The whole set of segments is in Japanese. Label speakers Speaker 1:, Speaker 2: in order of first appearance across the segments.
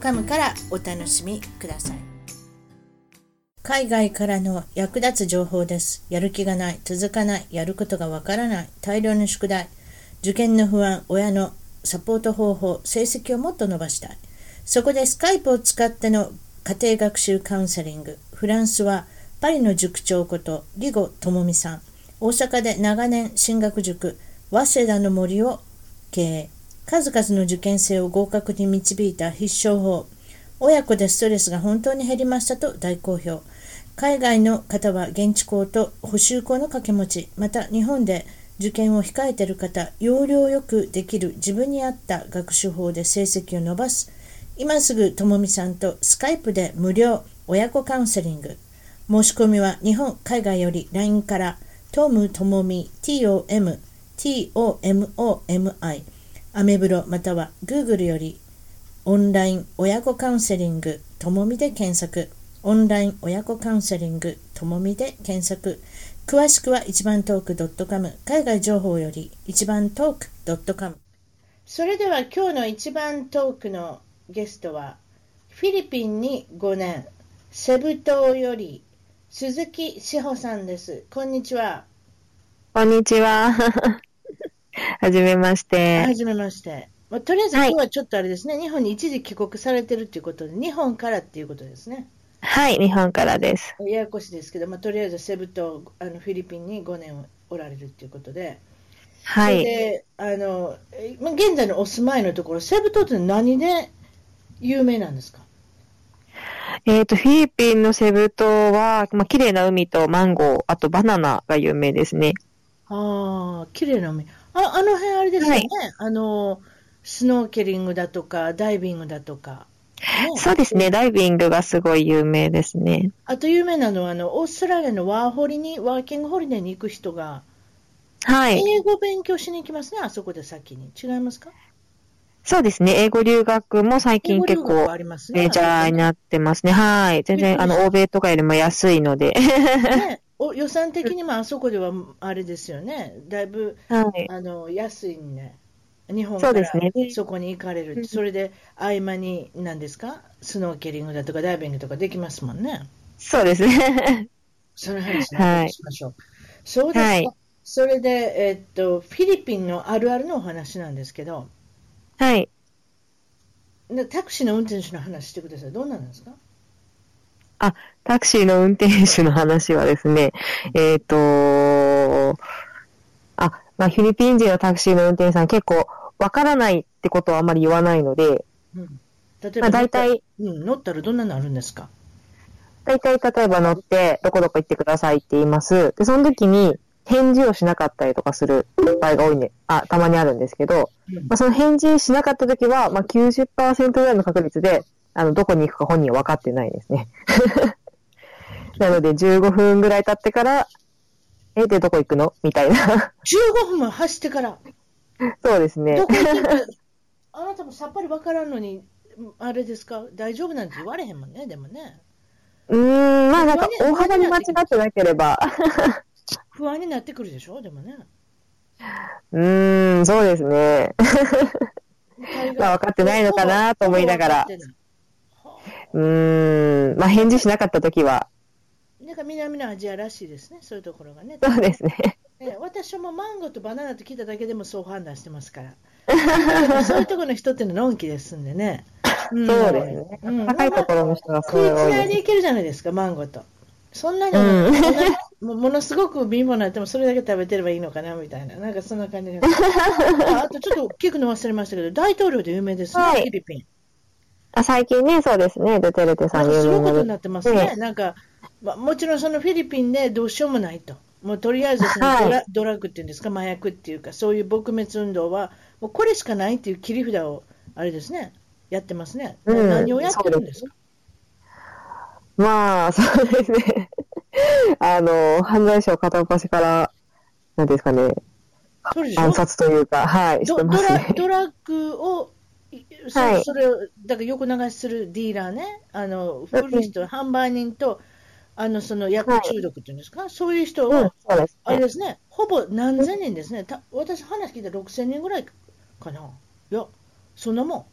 Speaker 1: .com からお楽しみください海外からの役立つ情報です。やる気がない、続かない、やることがわからない、大量の宿題、受験の不安、親のサポート方法、成績をもっと伸ばしたい。そこでスカイプを使っての家庭学習カウンセリング、フランスはパリの塾長こと、リゴ智美さん、大阪で長年進学塾、早稲田の森を経営、数々の受験生を合格に導いた必勝法、親子でストレスが本当に減りましたと大好評。海外の方は現地校と補修校の掛け持ち、また日本で受験を控えている方、要領よくできる自分に合った学習法で成績を伸ばす。今すぐともみさんとスカイプで無料親子カウンセリング。申し込みは日本、海外より LINE から、トムともみ TOM、TOMOMI、アメブロまたは Google よりオンライン親子カウンセリングともみで検索。オンライン親子カウンセリングともみで検索。詳しくは一番トーク .com。海外情報より一番トーク .com。それでは今日の一番トークのゲストは、フィリピンに5年、セブ島より鈴木志保さんです。こんにちは。
Speaker 2: こんにち は。はじめまして。
Speaker 1: はじめまして。まあとりあえず今
Speaker 2: はい
Speaker 1: 日はちょっとあれですね、日本に一時帰国されてるということで、日本からっていうことですね。
Speaker 2: はい、日本からです。
Speaker 1: ややこしいですけど、まあ、とりあえずセブ島あのフィリピンに5年おられるということで、
Speaker 2: は
Speaker 1: それ
Speaker 2: い。
Speaker 1: であのえまあ現在のお住まいのところ、セブ島って何で有名なんですか
Speaker 2: えっ、と、フィリピンのセブ島は、まあ、綺麗な海とマンゴー、あとバナナが有名ですね。
Speaker 1: ああ、綺麗な海。ああの辺あれですよね、
Speaker 2: はい
Speaker 1: あの、スノーケリングだとか、ダイビングだとか、ね
Speaker 2: そうですね、ダイビングがすごい有名ですね。
Speaker 1: あと有名なのはあの、オーストラリアのワーホリに、ワーキングホリデーに行く人が、
Speaker 2: はい。
Speaker 1: 英語勉強しに行きますね、あそこで先に。違いますか
Speaker 2: そうですね、英語留学も最
Speaker 1: 英
Speaker 2: 近
Speaker 1: 語留
Speaker 2: 結
Speaker 1: 学は
Speaker 2: 構
Speaker 1: ありますね。
Speaker 2: メジャーになってますね。はい。全然、あの、欧米とかよりも安いので。
Speaker 1: ね、お予算的にもあそこではあれですよね、だいぶ
Speaker 2: はい。
Speaker 1: あの安いんね、日本
Speaker 2: そ
Speaker 1: か
Speaker 2: うで
Speaker 1: ら
Speaker 2: すね
Speaker 1: そこに行かれる、
Speaker 2: うん
Speaker 1: それで合間に、何ですか、スノーケリングだとかダイビングとかできますもんね、
Speaker 2: そうですね。
Speaker 1: その話
Speaker 2: は
Speaker 1: を
Speaker 2: い
Speaker 1: しましょう。そうですか、
Speaker 2: はい
Speaker 1: それで、えっと、フィリピンのあるあるのお話なんですけど、
Speaker 2: はい。
Speaker 1: ねタクシーの運転手の話してください、どうなんですか
Speaker 2: タクシーの運転手の話はですね、えっ、とあ、まあ、フィリピン人のタクシーの運転手さん結構わからないってことはあまり言わないので、
Speaker 1: うん例え
Speaker 2: ま
Speaker 1: ば、
Speaker 2: あ、大体、
Speaker 1: うん、乗ったらどんなのあるんですか
Speaker 2: 大体例えば乗って、どこどこ行ってくださいって言います。で、その時に返事をしなかったりとかする場合が多いね。あ、たまにあるんですけど、まあ、その返事しなかった時は、まあ、90%ぐらいの確率で、あの、どこに行くか本人は分かってないですね。なので、15分ぐらい経ってから、え、で、どこ行くのみたいな。
Speaker 1: 15分も走ってから。
Speaker 2: そうですね
Speaker 1: ど。こ行ってもあなたもさっぱりわからんのに、あれですか、大丈夫なんて言われへんもんね、でもね、
Speaker 2: うーん、まあ、なんか、大幅に間違ってなければ。
Speaker 1: 不安になってくるでしょ、でもね。
Speaker 2: うーん、そうですね。まあ分かってないのかなと思いながら
Speaker 1: ほぼ分かってないう
Speaker 2: ーん、まあ、返事しなかった時は、
Speaker 1: なんか南のアジアらしいですね、そういうところ がね。
Speaker 2: そうですね。
Speaker 1: ね私もマンゴーとバナナと聞いただけでもそう判断してますから。 そういうところの人っていうのはのんきですんでね。ん
Speaker 2: そうですね。
Speaker 1: うん
Speaker 2: 高いところの人がす
Speaker 1: 食
Speaker 2: ご
Speaker 1: い
Speaker 2: い
Speaker 1: つ
Speaker 2: 多
Speaker 1: な
Speaker 2: い
Speaker 1: い
Speaker 2: です
Speaker 1: でいけるじゃないですか、マンゴーと。そんなに、
Speaker 2: うん
Speaker 1: もうものすごく貧乏になっても、それだけ食べてればいいのかなみたいな、なんかそんな感じ がああとちょっと聞くの忘れましたけど、大統領で有名ですね、
Speaker 2: はい
Speaker 1: フィリピン。
Speaker 2: あ、最近ね、そうですね。ドゥテルテさ
Speaker 1: なん
Speaker 2: ん
Speaker 1: か
Speaker 2: 有
Speaker 1: すごい
Speaker 2: 名
Speaker 1: ことに
Speaker 2: な。
Speaker 1: なってますね、
Speaker 2: う
Speaker 1: なんか、まあ、もちろんそのフィリピンでどうしようもないと、もうとりあえずその
Speaker 2: はい
Speaker 1: ドラ,、ドラッグっていうんですか、麻薬っていうか、そういう撲滅運動は、もうこれしかないっていう切り札を、あれですね、やってますね。
Speaker 2: うん
Speaker 1: 何をやってるんですか
Speaker 2: まあ、そうですね。 あの、犯罪者を片っ端から、なんていうんですかね、
Speaker 1: そうでしょ
Speaker 2: 暗殺というか、はい、し
Speaker 1: ド
Speaker 2: てま
Speaker 1: ド
Speaker 2: す
Speaker 1: ラ
Speaker 2: ね。
Speaker 1: ドラッグを、いそ
Speaker 2: はい
Speaker 1: それをだから横流しするディーラーね、あの古い人、販売人とあのその薬中毒っていうんですか、そういう人
Speaker 2: うん、
Speaker 1: は、
Speaker 2: そうです
Speaker 1: あれ
Speaker 2: ね。
Speaker 1: ですね、ほぼ何千人ですね、た私、話聞いたら6000人ぐらいかな、いや、そんなもん、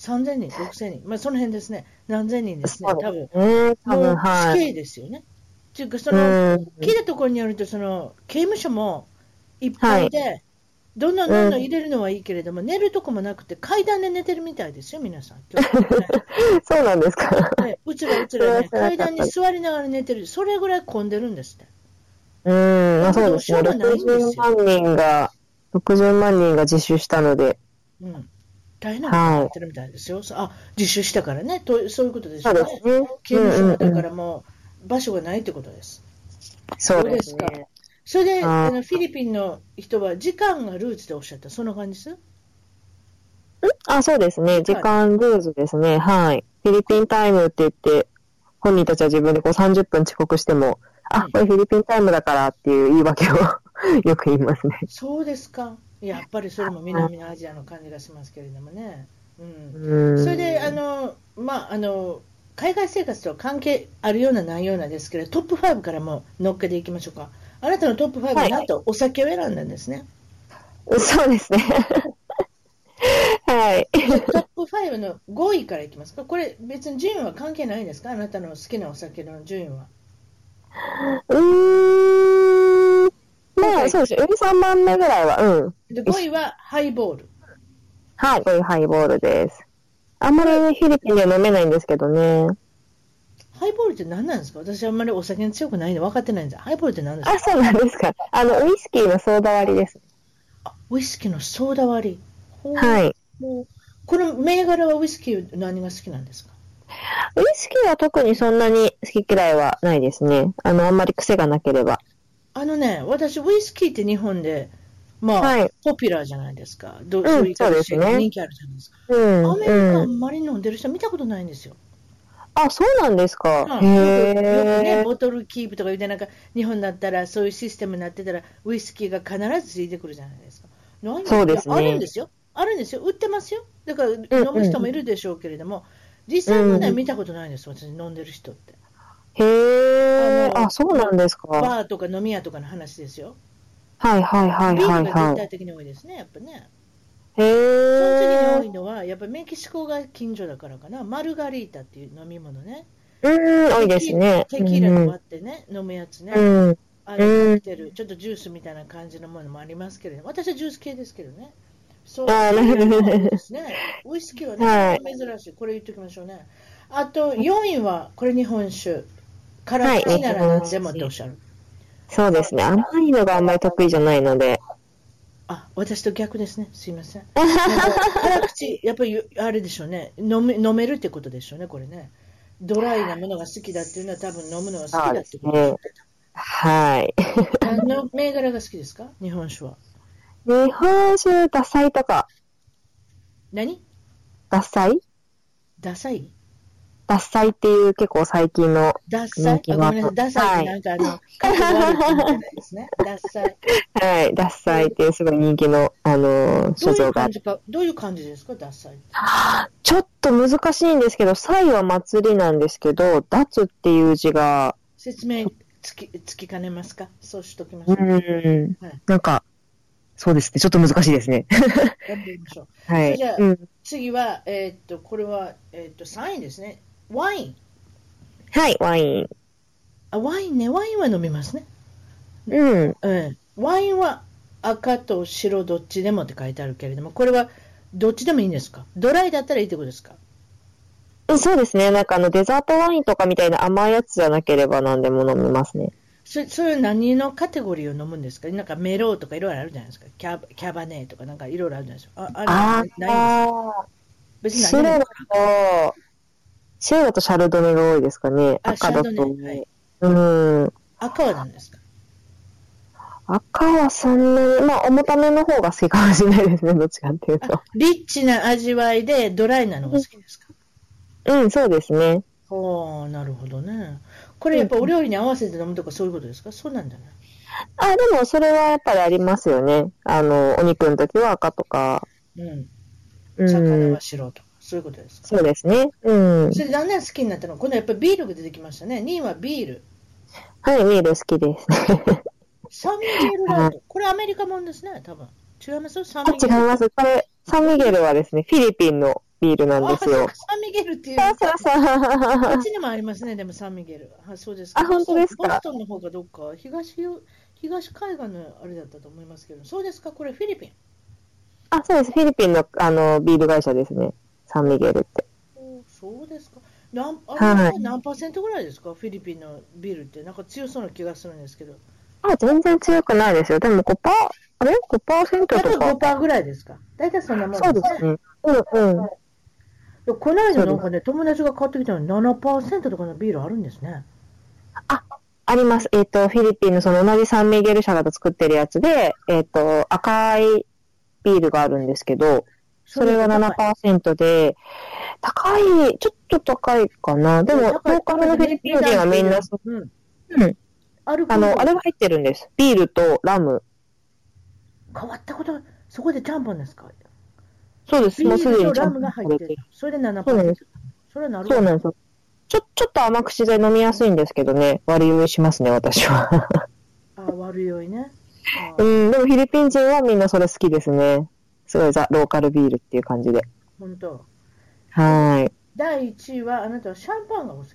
Speaker 1: 3000人、6000人、まあ、その辺ですね、何千人ですね、
Speaker 2: そう
Speaker 1: 多分
Speaker 2: うん、多
Speaker 1: も
Speaker 2: 分、
Speaker 1: う
Speaker 2: は
Speaker 1: 死
Speaker 2: い。
Speaker 1: 刑ですよね。っていうか、そうの
Speaker 2: ん、
Speaker 1: 聞いたところによると、その刑務所もいっぱいで、どんどんどんどん入れるのはいいけれども、寝るとこもなくて、階段で寝てるみたいですよ、皆さん。今日
Speaker 2: そうなんですか。
Speaker 1: ねねうつらうつらね、
Speaker 2: それは
Speaker 1: 階段に座りながら寝てる、それぐらい混んでるんですって。
Speaker 2: うん、まあそう
Speaker 1: ど
Speaker 2: で
Speaker 1: うし
Speaker 2: す
Speaker 1: よ
Speaker 2: ね。
Speaker 1: うもないんです
Speaker 2: 60
Speaker 1: よ
Speaker 2: 万人が、60万人が自首したので、
Speaker 1: うん、大変なことになってるみたいですよ、そうあ自首したからねと、そういうことでしょう
Speaker 2: そう
Speaker 1: ね
Speaker 2: で。すね。
Speaker 1: 刑務所がだ
Speaker 2: うん
Speaker 1: か
Speaker 2: うんうん
Speaker 1: らもう場所がないってことです。
Speaker 2: そうで
Speaker 1: ど
Speaker 2: す
Speaker 1: うです
Speaker 2: ね。
Speaker 1: それで、
Speaker 2: あ
Speaker 1: あ
Speaker 2: ー
Speaker 1: のフィリピンの人は時間がルーツでおっしゃった、そんな感じです
Speaker 2: あ、そうですね。時間ルーズですね。はい。フィリピンタイムって言って、本人たちは自分でこう30分遅刻しても、あ
Speaker 1: うん、
Speaker 2: これフィリピンタイムだからっていう言い訳を よく言いますね。
Speaker 1: そうですか、やっぱりそれも南のアジアの感じがしますけれどもね。うん、
Speaker 2: うん。
Speaker 1: それであ、の、まああの、海外生活とは関係あるようなないようなですけど、トップ5からも乗っけていきましょうか。あなたのトップ5
Speaker 2: は
Speaker 1: はいなんとお酒を選んだんですね。
Speaker 2: そうですね。 はい。
Speaker 1: じゃあトップ5の5位からいきますか、これ、別に順位は関係ないんですか、あなたの好きなお酒の順位は。
Speaker 2: うーん。ま
Speaker 1: はい
Speaker 2: あ、そうですね。3番目ぐらいは、うん。
Speaker 1: で5位はハイボール、
Speaker 2: はい、これハイボールです。あんまりね、フィリピンでは飲めないんですけどね。
Speaker 1: ハイボールって何なんですか、私、あんまりお酒に強くないんで分かってないんですハイボールって何ですか
Speaker 2: あ、そうなんですか。あの、ウイスキーのソーダ割りです。
Speaker 1: あウイスキーのソーダ割り、ほう
Speaker 2: はい。
Speaker 1: もうこの銘柄はウイスキー、何が好きなんですか
Speaker 2: ウイスキーは特にそんなに好き嫌いはないですね。あの、あんまり癖がなければ。
Speaker 1: あのね、私、ウイスキーって日本で、まあ
Speaker 2: はい
Speaker 1: ポピュラーじゃないですか、ど
Speaker 2: ん
Speaker 1: そういう感じ
Speaker 2: そうですね
Speaker 1: 人気あるじゃないですか、
Speaker 2: うん。
Speaker 1: アメリカ、あ
Speaker 2: うんん、
Speaker 1: まり飲んでる人見たことないんですよ。
Speaker 2: あ、そうなんですか。
Speaker 1: うんよ
Speaker 2: へ
Speaker 1: くよくね、
Speaker 2: え。
Speaker 1: ボトルキープとか言うて、なんか日本だったらそういうシステムになってたら、ウイスキーが必ずついてくるじゃないですか。ないん
Speaker 2: そうですね
Speaker 1: いやあるんですよ、あるんですよ、売ってますよ、だから飲
Speaker 2: うん
Speaker 1: む人もいるでしょうけれども、実際はね、
Speaker 2: うん
Speaker 1: 見たことないんです、私、飲んでる人って。
Speaker 2: へえ。
Speaker 1: あの
Speaker 2: あ、そうなんですか。はい
Speaker 1: バーとか飲み屋とかの話ですよ。
Speaker 2: はいはい
Speaker 1: ビー
Speaker 2: は
Speaker 1: ルが
Speaker 2: い
Speaker 1: 絶
Speaker 2: は
Speaker 1: 対的に多いですね、やっぱね。そ
Speaker 2: い。
Speaker 1: の次に多い
Speaker 2: へえ。
Speaker 1: のは、やっぱメキシコが近所だからかな、マルガリータっていう飲み物ね、
Speaker 2: うん、多いですね。
Speaker 1: テキーラの割ってね、飲むやつね。
Speaker 2: うん。うん。
Speaker 1: あ
Speaker 2: う
Speaker 1: のカ
Speaker 2: ん
Speaker 1: クテル、ちょっとジュースみたいな感じのものもありますけれども、私はジュース系ですけどね。そう
Speaker 2: あーなるほど
Speaker 1: ですね。ウイスキーはね、
Speaker 2: はい
Speaker 1: 珍しい。これ言っておきましょうね。あと4位は、これ日本酒。から
Speaker 2: はい
Speaker 1: 好きなら何でもっておっしゃる。
Speaker 2: そうですね。甘いのがあんまり得意じゃないので。
Speaker 1: あ、私と逆ですね。すいません。なんか辛口、やっぱりあれでしょうね飲め。飲めるってことでしょうね、これね。ドライなものが好きだっていうのは、多分飲むのが好きだってことでしょうね。
Speaker 2: はい。
Speaker 1: 何の銘柄が好きですか日本酒は。
Speaker 2: 日本酒、ダサいとか、
Speaker 1: 何
Speaker 2: ダサい
Speaker 1: ダサい
Speaker 2: ダサいっていう結構最近の、
Speaker 1: ダッサい。
Speaker 2: 人気
Speaker 1: あ
Speaker 2: は
Speaker 1: ごめんなさい。ダッサいってなんかあの、格好悪いって意味じゃないですね。ダッサい。
Speaker 2: はい、ダサいっていうすごい人気の、あのー、
Speaker 1: どう
Speaker 2: 所
Speaker 1: い
Speaker 2: 蔵
Speaker 1: う
Speaker 2: があ
Speaker 1: 感
Speaker 2: る。
Speaker 1: じか、どういう感じですか、ダッサいって。
Speaker 2: ちょっと難しいんですけど、サイは祭りなんですけど、脱っていう字が、
Speaker 1: 説明つき、つきかねますかそうしときまし
Speaker 2: う
Speaker 1: ょう。や
Speaker 2: ん
Speaker 1: はい、
Speaker 2: なんか、そうですね、ちょっと難しいです
Speaker 1: っ
Speaker 2: ね。
Speaker 1: てみましょう。
Speaker 2: は
Speaker 1: それ
Speaker 2: い
Speaker 1: じゃあ。
Speaker 2: うん
Speaker 1: 次は、えーっと、これは、えーっと、3位ですね。ワイン。
Speaker 2: はい、ワイン。
Speaker 1: あ、ワインね。ワインは飲みますね。
Speaker 2: うん。
Speaker 1: うん。ワインは赤と白どっちでもって書いてあるけれども、これはどっちでもいいんですかドライだったらいいってことですか
Speaker 2: そうですね、なんかあの、デザートワインとかみたいな甘いやつじゃなければ何でも飲みますね。
Speaker 1: そそれは何のカテゴリーを飲むんですかなんかメローとかいろいろあるじゃないですか。キャバキャバネーとかなんかいろいろあるじゃないですか。あ、あれないん
Speaker 2: あ
Speaker 1: ですか
Speaker 2: あ。
Speaker 1: 別に
Speaker 2: 白
Speaker 1: 何で
Speaker 2: だ
Speaker 1: も
Speaker 2: と、白だとシャルドネが多いですかね。
Speaker 1: あ
Speaker 2: 赤だ
Speaker 1: シャ
Speaker 2: と
Speaker 1: ルドネはい。
Speaker 2: うん。
Speaker 1: 赤は何ですか
Speaker 2: 赤はそんなに、まあ、重ための方が好きかもしれないですね、どっちかっていうと。
Speaker 1: リッチな味わいでドライなのが好きですか、
Speaker 2: うん、そうですね。
Speaker 1: ああ、なるほどね。これやっぱお料理に合わせて飲むとかそういうことですかそうなんだね。
Speaker 2: あ、でもそれはやっぱりありますよね。あの、お肉の時は赤とか。
Speaker 1: うん。
Speaker 2: うん、
Speaker 1: 魚は白とか、そういうことですか
Speaker 2: そうですね。うん。
Speaker 1: それだんだん好きになったの今度やっぱりビールが出てきましたね。2位はビール。
Speaker 2: はい、ミール好きです。
Speaker 1: サンミゲルラート。これアメリカもんですね、多分。違いますサン
Speaker 2: あ、
Speaker 1: ミゲ
Speaker 2: 違い
Speaker 1: ル。
Speaker 2: ます。これ、サンミゲルはですね、フィリピンのビールなんです
Speaker 1: あ
Speaker 2: よ。
Speaker 1: サンミゲルっていう。
Speaker 2: そうそう
Speaker 1: こ
Speaker 2: そう
Speaker 1: っ。ちにもありますね、でもサンミゲル。あ、そうですか。
Speaker 2: あ本当ですか
Speaker 1: ボストンの方がどっか、東よ、東海岸のあれだったと思いますけど、そうですか、これフィリピン。
Speaker 2: あ、そうです。フィリピンの、あの、ビール会社ですね。サンミゲルって。
Speaker 1: おそうですか。なんあ
Speaker 2: はい
Speaker 1: れは何パーセントぐらいですか、フィリピンのビールって、なんか強そうな気がするんですけど。
Speaker 2: あ、全然強くないですよ。でも5%、あれ ?5%
Speaker 1: 例え
Speaker 2: と
Speaker 1: ば
Speaker 2: か。
Speaker 1: 5%ぐらいですか。大体そんなもん
Speaker 2: そうで
Speaker 1: ね
Speaker 2: すね。うんうん。
Speaker 1: でこの間なんかね、友達が買ってきたのに7%とかのビールあるんですね。
Speaker 2: あります。えっ、と、フィリピンのその同じサンミゲル社が作ってるやつで、えっ、と、赤いビールがあるんですけど、それは7%で、高い、ちょっと高いかな。でも、ローカルのフィリピン人はみんな、
Speaker 1: うん。
Speaker 2: うん。
Speaker 1: ある
Speaker 2: あの、あれは入ってるんです。ビールとラム。
Speaker 1: 変わったこと、そこでちゃんぽんですか
Speaker 2: そうです。
Speaker 1: ビ
Speaker 2: もうすで
Speaker 1: ール
Speaker 2: に
Speaker 1: と
Speaker 2: ちゃ
Speaker 1: ラ
Speaker 2: ん
Speaker 1: ム
Speaker 2: と
Speaker 1: が
Speaker 2: さ
Speaker 1: 入っ
Speaker 2: れ
Speaker 1: て
Speaker 2: て
Speaker 1: る
Speaker 2: る。。
Speaker 1: それで7%。
Speaker 2: そうなんです
Speaker 1: それはなるほ
Speaker 2: そ
Speaker 1: ど。
Speaker 2: うなんですよ。ちょ、ちょっと甘口で飲みやすいんですけどね、割り酔いしますね、私 は。
Speaker 1: あ悪酔いね。あ
Speaker 2: うん、でもフィリピン人はみんなそれ好きですね。すごいザ・ローカルビールっていう感じで。
Speaker 1: 本当。
Speaker 2: はーい。
Speaker 1: 第1位は、あなたはシャンパンがお好き。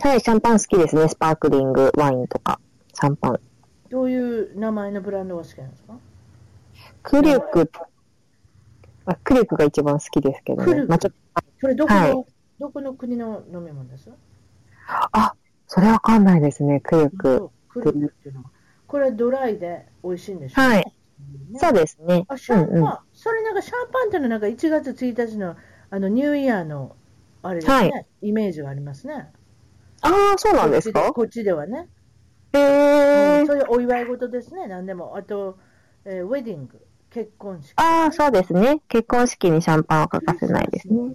Speaker 2: はい、シャンパン好きですね。スパークリングワインとか、シャンパン。
Speaker 1: どういう名前のブランドが好きなんですか
Speaker 2: クリュク、あクリュクが一番好きですけど
Speaker 1: クリュ
Speaker 2: ね。
Speaker 1: ク
Speaker 2: まあ、ちょっと、
Speaker 1: それどこの、
Speaker 2: はい
Speaker 1: どこの国の飲み物です
Speaker 2: それわかんないですね、クリュク。
Speaker 1: クルクっていうのは。これはドライで美味しいんでしょ
Speaker 2: はい。
Speaker 1: ね
Speaker 2: そうですね。
Speaker 1: あ、シャンパン、
Speaker 2: うんうん
Speaker 1: それなんかシャンパンっていうのはなんか1月1日のあのニューイヤーのあれですね、
Speaker 2: はい
Speaker 1: イメージがありますね。
Speaker 2: ああ、そうなんですか
Speaker 1: こっちではね、
Speaker 2: へ
Speaker 1: う
Speaker 2: え
Speaker 1: ん。そういうお祝い事ですね、なんでも。あと、えーウェディング、結婚式。
Speaker 2: ああ、そうですね。結婚式にシャンパンは欠かせないですね。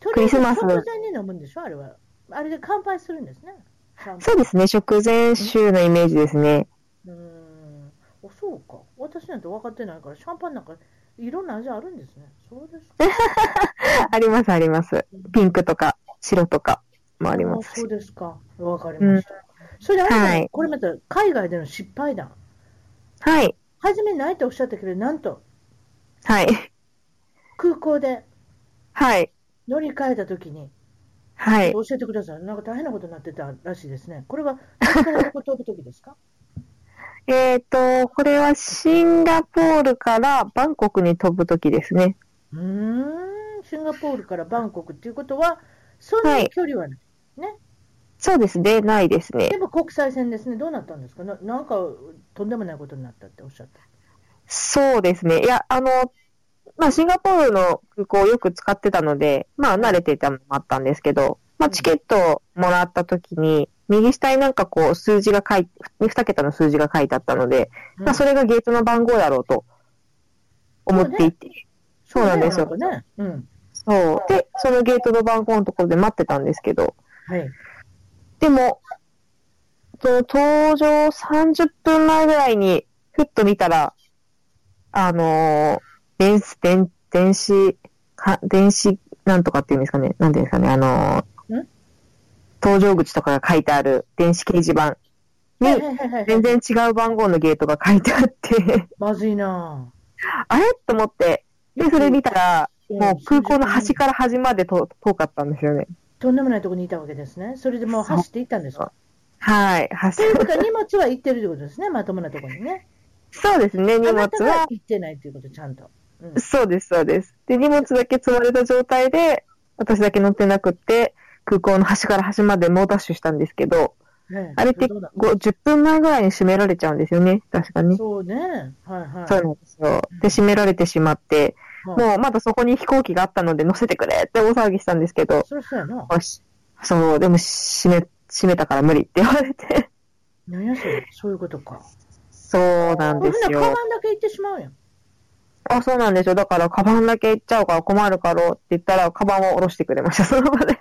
Speaker 1: とりあえず
Speaker 2: クリスマス
Speaker 1: 直前に飲むんでしょあれは。あれで乾杯するんですね。シャンパン
Speaker 2: そうですね、食前酒のイメージですね。
Speaker 1: うーん。あ、そうか。私なんて分かってないから、シャンパンなんかいろんな味あるんですね。そうですか。
Speaker 2: あります、あります。ピンクとか、白とかもありま
Speaker 1: あ
Speaker 2: す
Speaker 1: そう
Speaker 2: し。
Speaker 1: ですか。わかりました。それで、あなた
Speaker 2: はい
Speaker 1: これまた海外での失敗談。
Speaker 2: はい、
Speaker 1: 初めないとおっしゃったけど、なんと
Speaker 2: はい、
Speaker 1: 空港で
Speaker 2: はい、
Speaker 1: 乗り換えたときに、
Speaker 2: はい。
Speaker 1: 教えてください。なんか大変なことになってたらしいですね。これは、空港で飛ぶときです か
Speaker 2: えっ、と、これはシンガポールからバンコクに飛ぶときですね。
Speaker 1: うーん、シンガポールからバンコクっていうことは、そんなに距離はない。
Speaker 2: そうですね、ないですね
Speaker 1: で。も国際線ですね。どうなったんですかななんか、とんでもないことになったっておっしゃった。
Speaker 2: そうですね。いや、あの、まあ、シンガポールの空港をよく使ってたので、まあ、慣れていたのもあったんですけど、まあ、チケットをもらったときに、右下になんかこう、数字が書い、2桁の数字が書いてあったので、まあ、それがゲートの番号だろうと思っていて、そうなんですよ
Speaker 1: そうだね。うん。
Speaker 2: そう。で、そのゲートの番号のところで待ってたんですけど、
Speaker 1: はい。
Speaker 2: でも、その登場30分前ぐらいに、ふっと見たら、あのー電子、電、電子、か電子、なんとかっていうんですかね。なんていうんですかね。あのー
Speaker 1: ん
Speaker 2: 搭乗口とかが書いてある電子掲示板
Speaker 1: はい
Speaker 2: に、
Speaker 1: はいはいはい。
Speaker 2: 全然違う番号のゲートが書いてあって、
Speaker 1: まずいな
Speaker 2: あれと思って、で、それ見たら、
Speaker 1: ぁ
Speaker 2: もう空港の端から端までと遠かったんですよね。
Speaker 1: とんでもないところにいたわけですね。それでもう走っていったんですか。
Speaker 2: はい、端
Speaker 1: と。いうことは荷物は行ってるということですね、まともなところにね。
Speaker 2: そうですね、荷
Speaker 1: あ
Speaker 2: 物
Speaker 1: なた
Speaker 2: は
Speaker 1: が。行ってないということ、ちゃんと。うん、
Speaker 2: そうです、そうです。で、荷物だけ積まれた状態で、私だけ乗ってなくって、空港の端から端まで猛ダッシュしたんですけど、
Speaker 1: ね
Speaker 2: あれって
Speaker 1: そうだ
Speaker 2: ご10分前ぐらいに閉められちゃうんですよね、確かに。
Speaker 1: そうね。はいはい。
Speaker 2: そうなんですよ。で、閉められてしまって、
Speaker 1: はい
Speaker 2: もうまだそこに飛行機があったので乗せてくれって大騒ぎしたんですけど、
Speaker 1: そりゃそうやな。
Speaker 2: よしそう、でも閉め、閉めたから無理って言われて、
Speaker 1: 何やそれ。そういうことか。
Speaker 2: そうなん
Speaker 1: ほん
Speaker 2: で
Speaker 1: な
Speaker 2: す
Speaker 1: らカ
Speaker 2: よ。
Speaker 1: バンだけ行ってしまうやん。
Speaker 2: あ、そうなんですよ。だから、カバンだけ行っちゃうから困るからって言ったら、カバンを下ろしてくれました、その場で。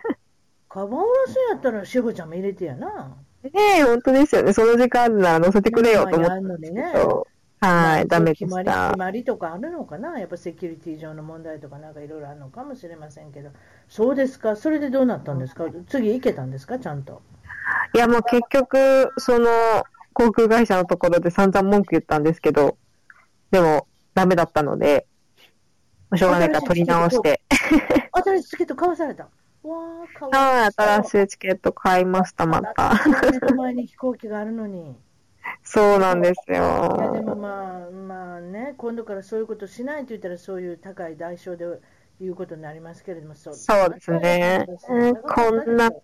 Speaker 1: カバン下ろすんやったら、志保ちゃんも入れてやな。
Speaker 2: ねえ、本当ですよね。その時間なら乗せてくれよと思
Speaker 1: 今
Speaker 2: っ
Speaker 1: や
Speaker 2: た
Speaker 1: るのにね
Speaker 2: け。ど、はい、ダメで
Speaker 1: 決ま
Speaker 2: し
Speaker 1: り決
Speaker 2: た。
Speaker 1: まりとかあるのかな、やっぱセキュリティ上の問題とか、なんかいろいろあるのかもしれませんけど、そうですか、それでどうなったんですか、次行けたんですか、ちゃんと。
Speaker 2: いや、もう結局、その、航空会社のところで散々文句言ったんですけど、でも、ダメだったので、しょうがないから取り直して、
Speaker 1: 新しいチケット買わされた。わー、買わ
Speaker 2: はい、新しいチケット買いました、また。
Speaker 1: 前に飛行機があるのに。
Speaker 2: そうなんです
Speaker 1: いやでも
Speaker 2: よ。
Speaker 1: まあ、まあね、今度からそういうことしないと言ったら、そういう高い代償でいうことになりますけれども、そう
Speaker 2: そうですねうんこんな
Speaker 1: そ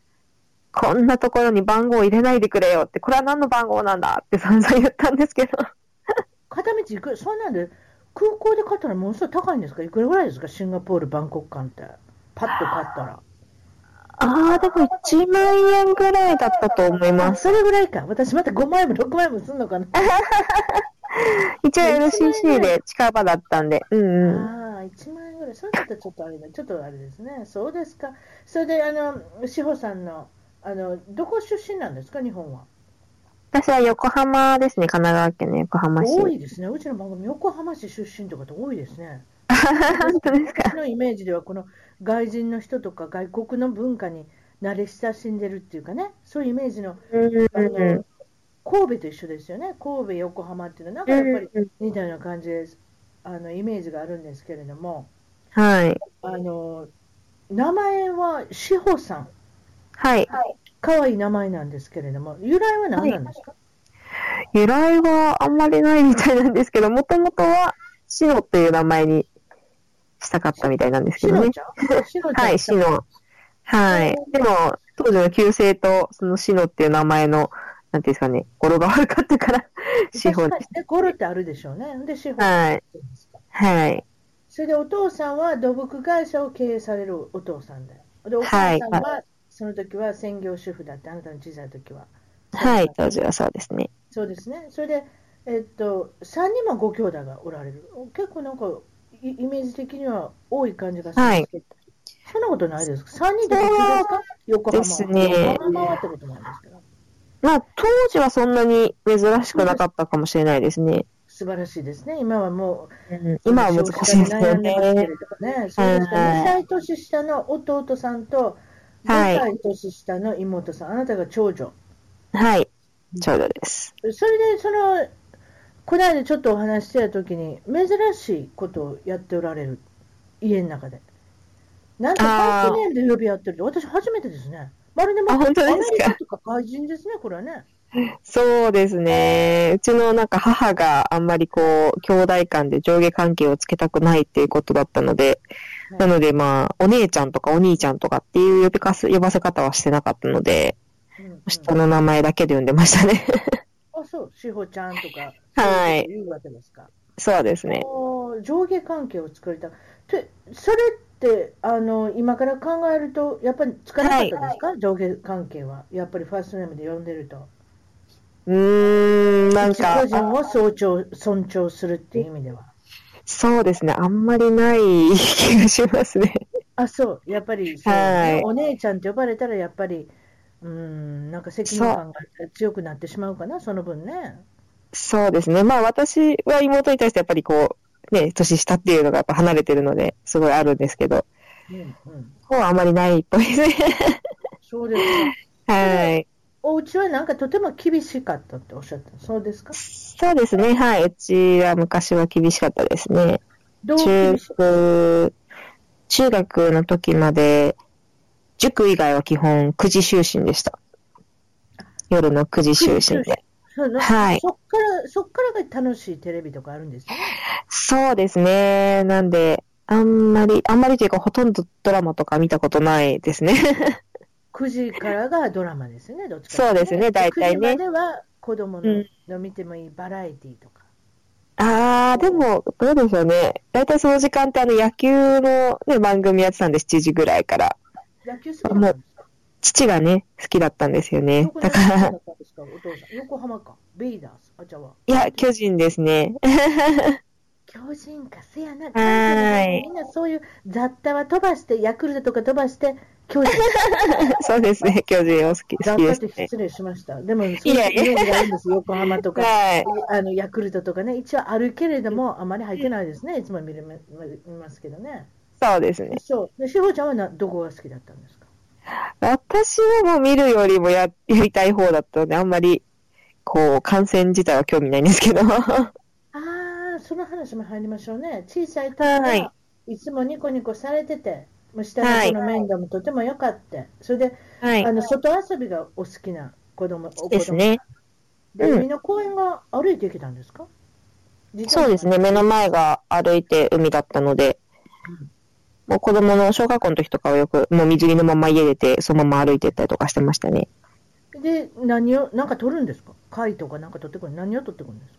Speaker 2: こんなところに番号入れないでくれよって、これは何の番号なんだって散々言ったんですけど、
Speaker 1: 片道行く、そんなんで、空港で買ったらものすごい高いんですか、いくらぐらいですか、シンガポール、バンコク間って、パッと買ったら。
Speaker 2: ああ、でも1万円ぐらいだったと思い
Speaker 1: まあ、
Speaker 2: ます。
Speaker 1: それぐらいか、私また5枚も6枚もすんのかな。
Speaker 2: 一応 LCC で近場だったんで、うんうん。
Speaker 1: ああ、1万円ぐらい、それだったらちょっとあれだ、ちょっとあれですね、そうですか、それで、あの、志保さんの、あの、どこ出身なんですか、日本は。
Speaker 2: 私は横浜ですね、神奈川県の横浜市。
Speaker 1: 多いですね、うちの番組、横浜市出身とかって多いですね。
Speaker 2: 本当ですか
Speaker 1: 私のイメージでは、この外人の人とか外国の文化に慣れ親しんでるっていうかね、そういうイメージの、
Speaker 2: うん
Speaker 1: あの
Speaker 2: うん
Speaker 1: 神戸と一緒ですよね、神戸、横浜っていうのは、なんかやっぱり
Speaker 2: うん。
Speaker 1: 似たような感じです、あのイメージがあるんですけれども、
Speaker 2: はい。
Speaker 1: あの名前は志保さん、
Speaker 2: はい。
Speaker 1: 可愛い名前なんですけれども、由来は何なんですか、
Speaker 2: 由来はあんまりないみたいなんですけど、もともとは、シノっていう名前にしたかったみたいなんですけ
Speaker 1: 志
Speaker 2: ど
Speaker 1: 保
Speaker 2: ね。
Speaker 1: ちゃん志保ちゃん
Speaker 2: はい、シノ。はい。でも、当時の旧姓と、そのシノっていう名前の、なんていうんですかね、語呂が悪かったから、シホ
Speaker 1: 確
Speaker 2: に
Speaker 1: かに。ね、ゴロってあるでしょうね。で、志保さん
Speaker 2: はい。
Speaker 1: ですか。
Speaker 2: はい。
Speaker 1: それでお父さんは土木会社を経営されるお父さんで。で、お母
Speaker 2: はい
Speaker 1: さんはその時は専業主婦だって、あなたの小さい時は。
Speaker 2: はい、当時はそうですね。
Speaker 1: そうですね。それで、えっと、3人もご兄弟がおられる。結構なんか、イイメージ的には多い感じがするんですけど、そんなことないですか ?3 人で一緒ですか横浜は。
Speaker 2: ですね
Speaker 1: 横浜はってことなんですけど。
Speaker 2: まあ、当時はそんなに珍しくなかったかもしれないですね。
Speaker 1: 素晴らしいですね。今はもう、
Speaker 2: 今は難しいです
Speaker 1: 少子化
Speaker 2: よね。
Speaker 1: に悩んでますけれどもね。そうですか。
Speaker 2: は
Speaker 1: 2
Speaker 2: い
Speaker 1: 歳年下の弟さんと、5
Speaker 2: はい
Speaker 1: 歳年下の妹さん、あなたが長女。
Speaker 2: はい、ちょうどです。
Speaker 1: それで、その、この間ちょっとお話ししてた時に、珍しいことをやっておられる。家の中で。なんて、ファー
Speaker 2: あー
Speaker 1: ストネームで呼び合ってるって、私初めてですね。まるでもう
Speaker 2: あ本当ですか
Speaker 1: アメリカとか外人ですね、これはね。
Speaker 2: そうですね。うちのなんか母があんまりこう、兄弟間で上下関係をつけたくないっていうことだったので、
Speaker 1: はい
Speaker 2: なのでまあ、お姉ちゃんとかお兄ちゃんとかっていう呼びかす、呼ばせ方はしてなかったので、
Speaker 1: うんうん
Speaker 2: 下の名前だけで呼んでましたね。
Speaker 1: あ、そう、志保ちゃんとか、
Speaker 2: はい
Speaker 1: そういうこと言うわけですか。
Speaker 2: そうですね。
Speaker 1: おー上下関係を作りたいてそれってあの今から考えるとやっぱりつかなかったですか、上下関係はやっぱりファーストネームで呼んでると
Speaker 2: うーん、なん
Speaker 1: 一個
Speaker 2: か、
Speaker 1: 人を尊重尊重するっていう意味では
Speaker 2: そうですね。あんまりない気がしますね。
Speaker 1: あそうやっぱりそうね、
Speaker 2: はい
Speaker 1: お姉ちゃんって呼ばれたらやっぱりうーんなんか責任感が強くなってしまうかなその分ね
Speaker 2: そうですね。まあ私は妹に対してやっぱりこう、ね、年下っていうのがやっぱ離れてるので、すごいあるんですけど、
Speaker 1: うんうん
Speaker 2: こうはあまりないっぽいですね。
Speaker 1: そうですか
Speaker 2: はい。
Speaker 1: お家はなんかとても厳しかったっておっしゃったそうですか
Speaker 2: そうですね。はい。うちは昔は厳しかったですね。
Speaker 1: どう
Speaker 2: 中
Speaker 1: 厳し
Speaker 2: 学、中学の時まで、塾以外は基本9時就寝でした。夜の9時就寝で。
Speaker 1: そうな
Speaker 2: はい。
Speaker 1: そっから、そっからが楽しいテレビとかあるんですね。
Speaker 2: そうですね。なんで、あんまり、あんまりというかほとんどドラマとか見たことないですね。
Speaker 1: 9時からがドラマですね、どっちか
Speaker 2: そうですね大体ね
Speaker 1: 9時までは子供
Speaker 2: う
Speaker 1: のの
Speaker 2: ん
Speaker 1: 見てもいいバラエティとか。
Speaker 2: ああ、でも、どうでしょうね。だいたいその時間ってあの野球のね、番組やってたんで、7時ぐらいから。
Speaker 1: 野球好きなんですか
Speaker 2: 父がね、好きだったんですよね
Speaker 1: ど。こで
Speaker 2: だ
Speaker 1: 好
Speaker 2: か
Speaker 1: きだ
Speaker 2: ら、
Speaker 1: ったんですか、お父さん。横浜か。ベイダーズ。あ、じゃあ、
Speaker 2: いや、巨人で すね。
Speaker 1: 巨人か。せやな。
Speaker 2: はい
Speaker 1: みんなそういう雑多は飛ばして、ヤクルトとか飛ばして、巨人。
Speaker 2: そうですね、巨人を好き
Speaker 1: 雑
Speaker 2: 好き
Speaker 1: 多
Speaker 2: で
Speaker 1: っ
Speaker 2: す
Speaker 1: て
Speaker 2: ね。
Speaker 1: 失礼しました。でも、そういう
Speaker 2: いやいや
Speaker 1: イメージがあるんです。横浜とか。
Speaker 2: はい。
Speaker 1: あのヤクルトとかね、一応あるけれども、あまり入ってないですね、いつも見れま見ますけどね。
Speaker 2: そうですね。
Speaker 1: そう。で、志保ちゃんはなどこが好きだったんですか
Speaker 2: 私はもう見るよりもや、やりたい方だったので、あんまり、こう、観戦自体は興味ないんですけ ど。
Speaker 1: ああ、その話も入りましょうね。小さい時
Speaker 2: は
Speaker 1: はいいつもニコニコされてて、もう下
Speaker 2: は
Speaker 1: の
Speaker 2: い
Speaker 1: 子の面倒もとても良かった。それで、
Speaker 2: はい
Speaker 1: あ。の外遊びがお好きな子供、お子
Speaker 2: です
Speaker 1: 供。
Speaker 2: ね。
Speaker 1: で、
Speaker 2: うん
Speaker 1: 海の公園が歩いていけたんですか
Speaker 2: そうですね。。目の前が歩いて海だったので、もう子供の小学校の時とかはよく、もう水着のまま家出て、そのまま歩いてったりとかしてましたね。
Speaker 1: 自転車で、何を、なんか取るんですか貝とかなんか取ってくる何を取ってくるんですか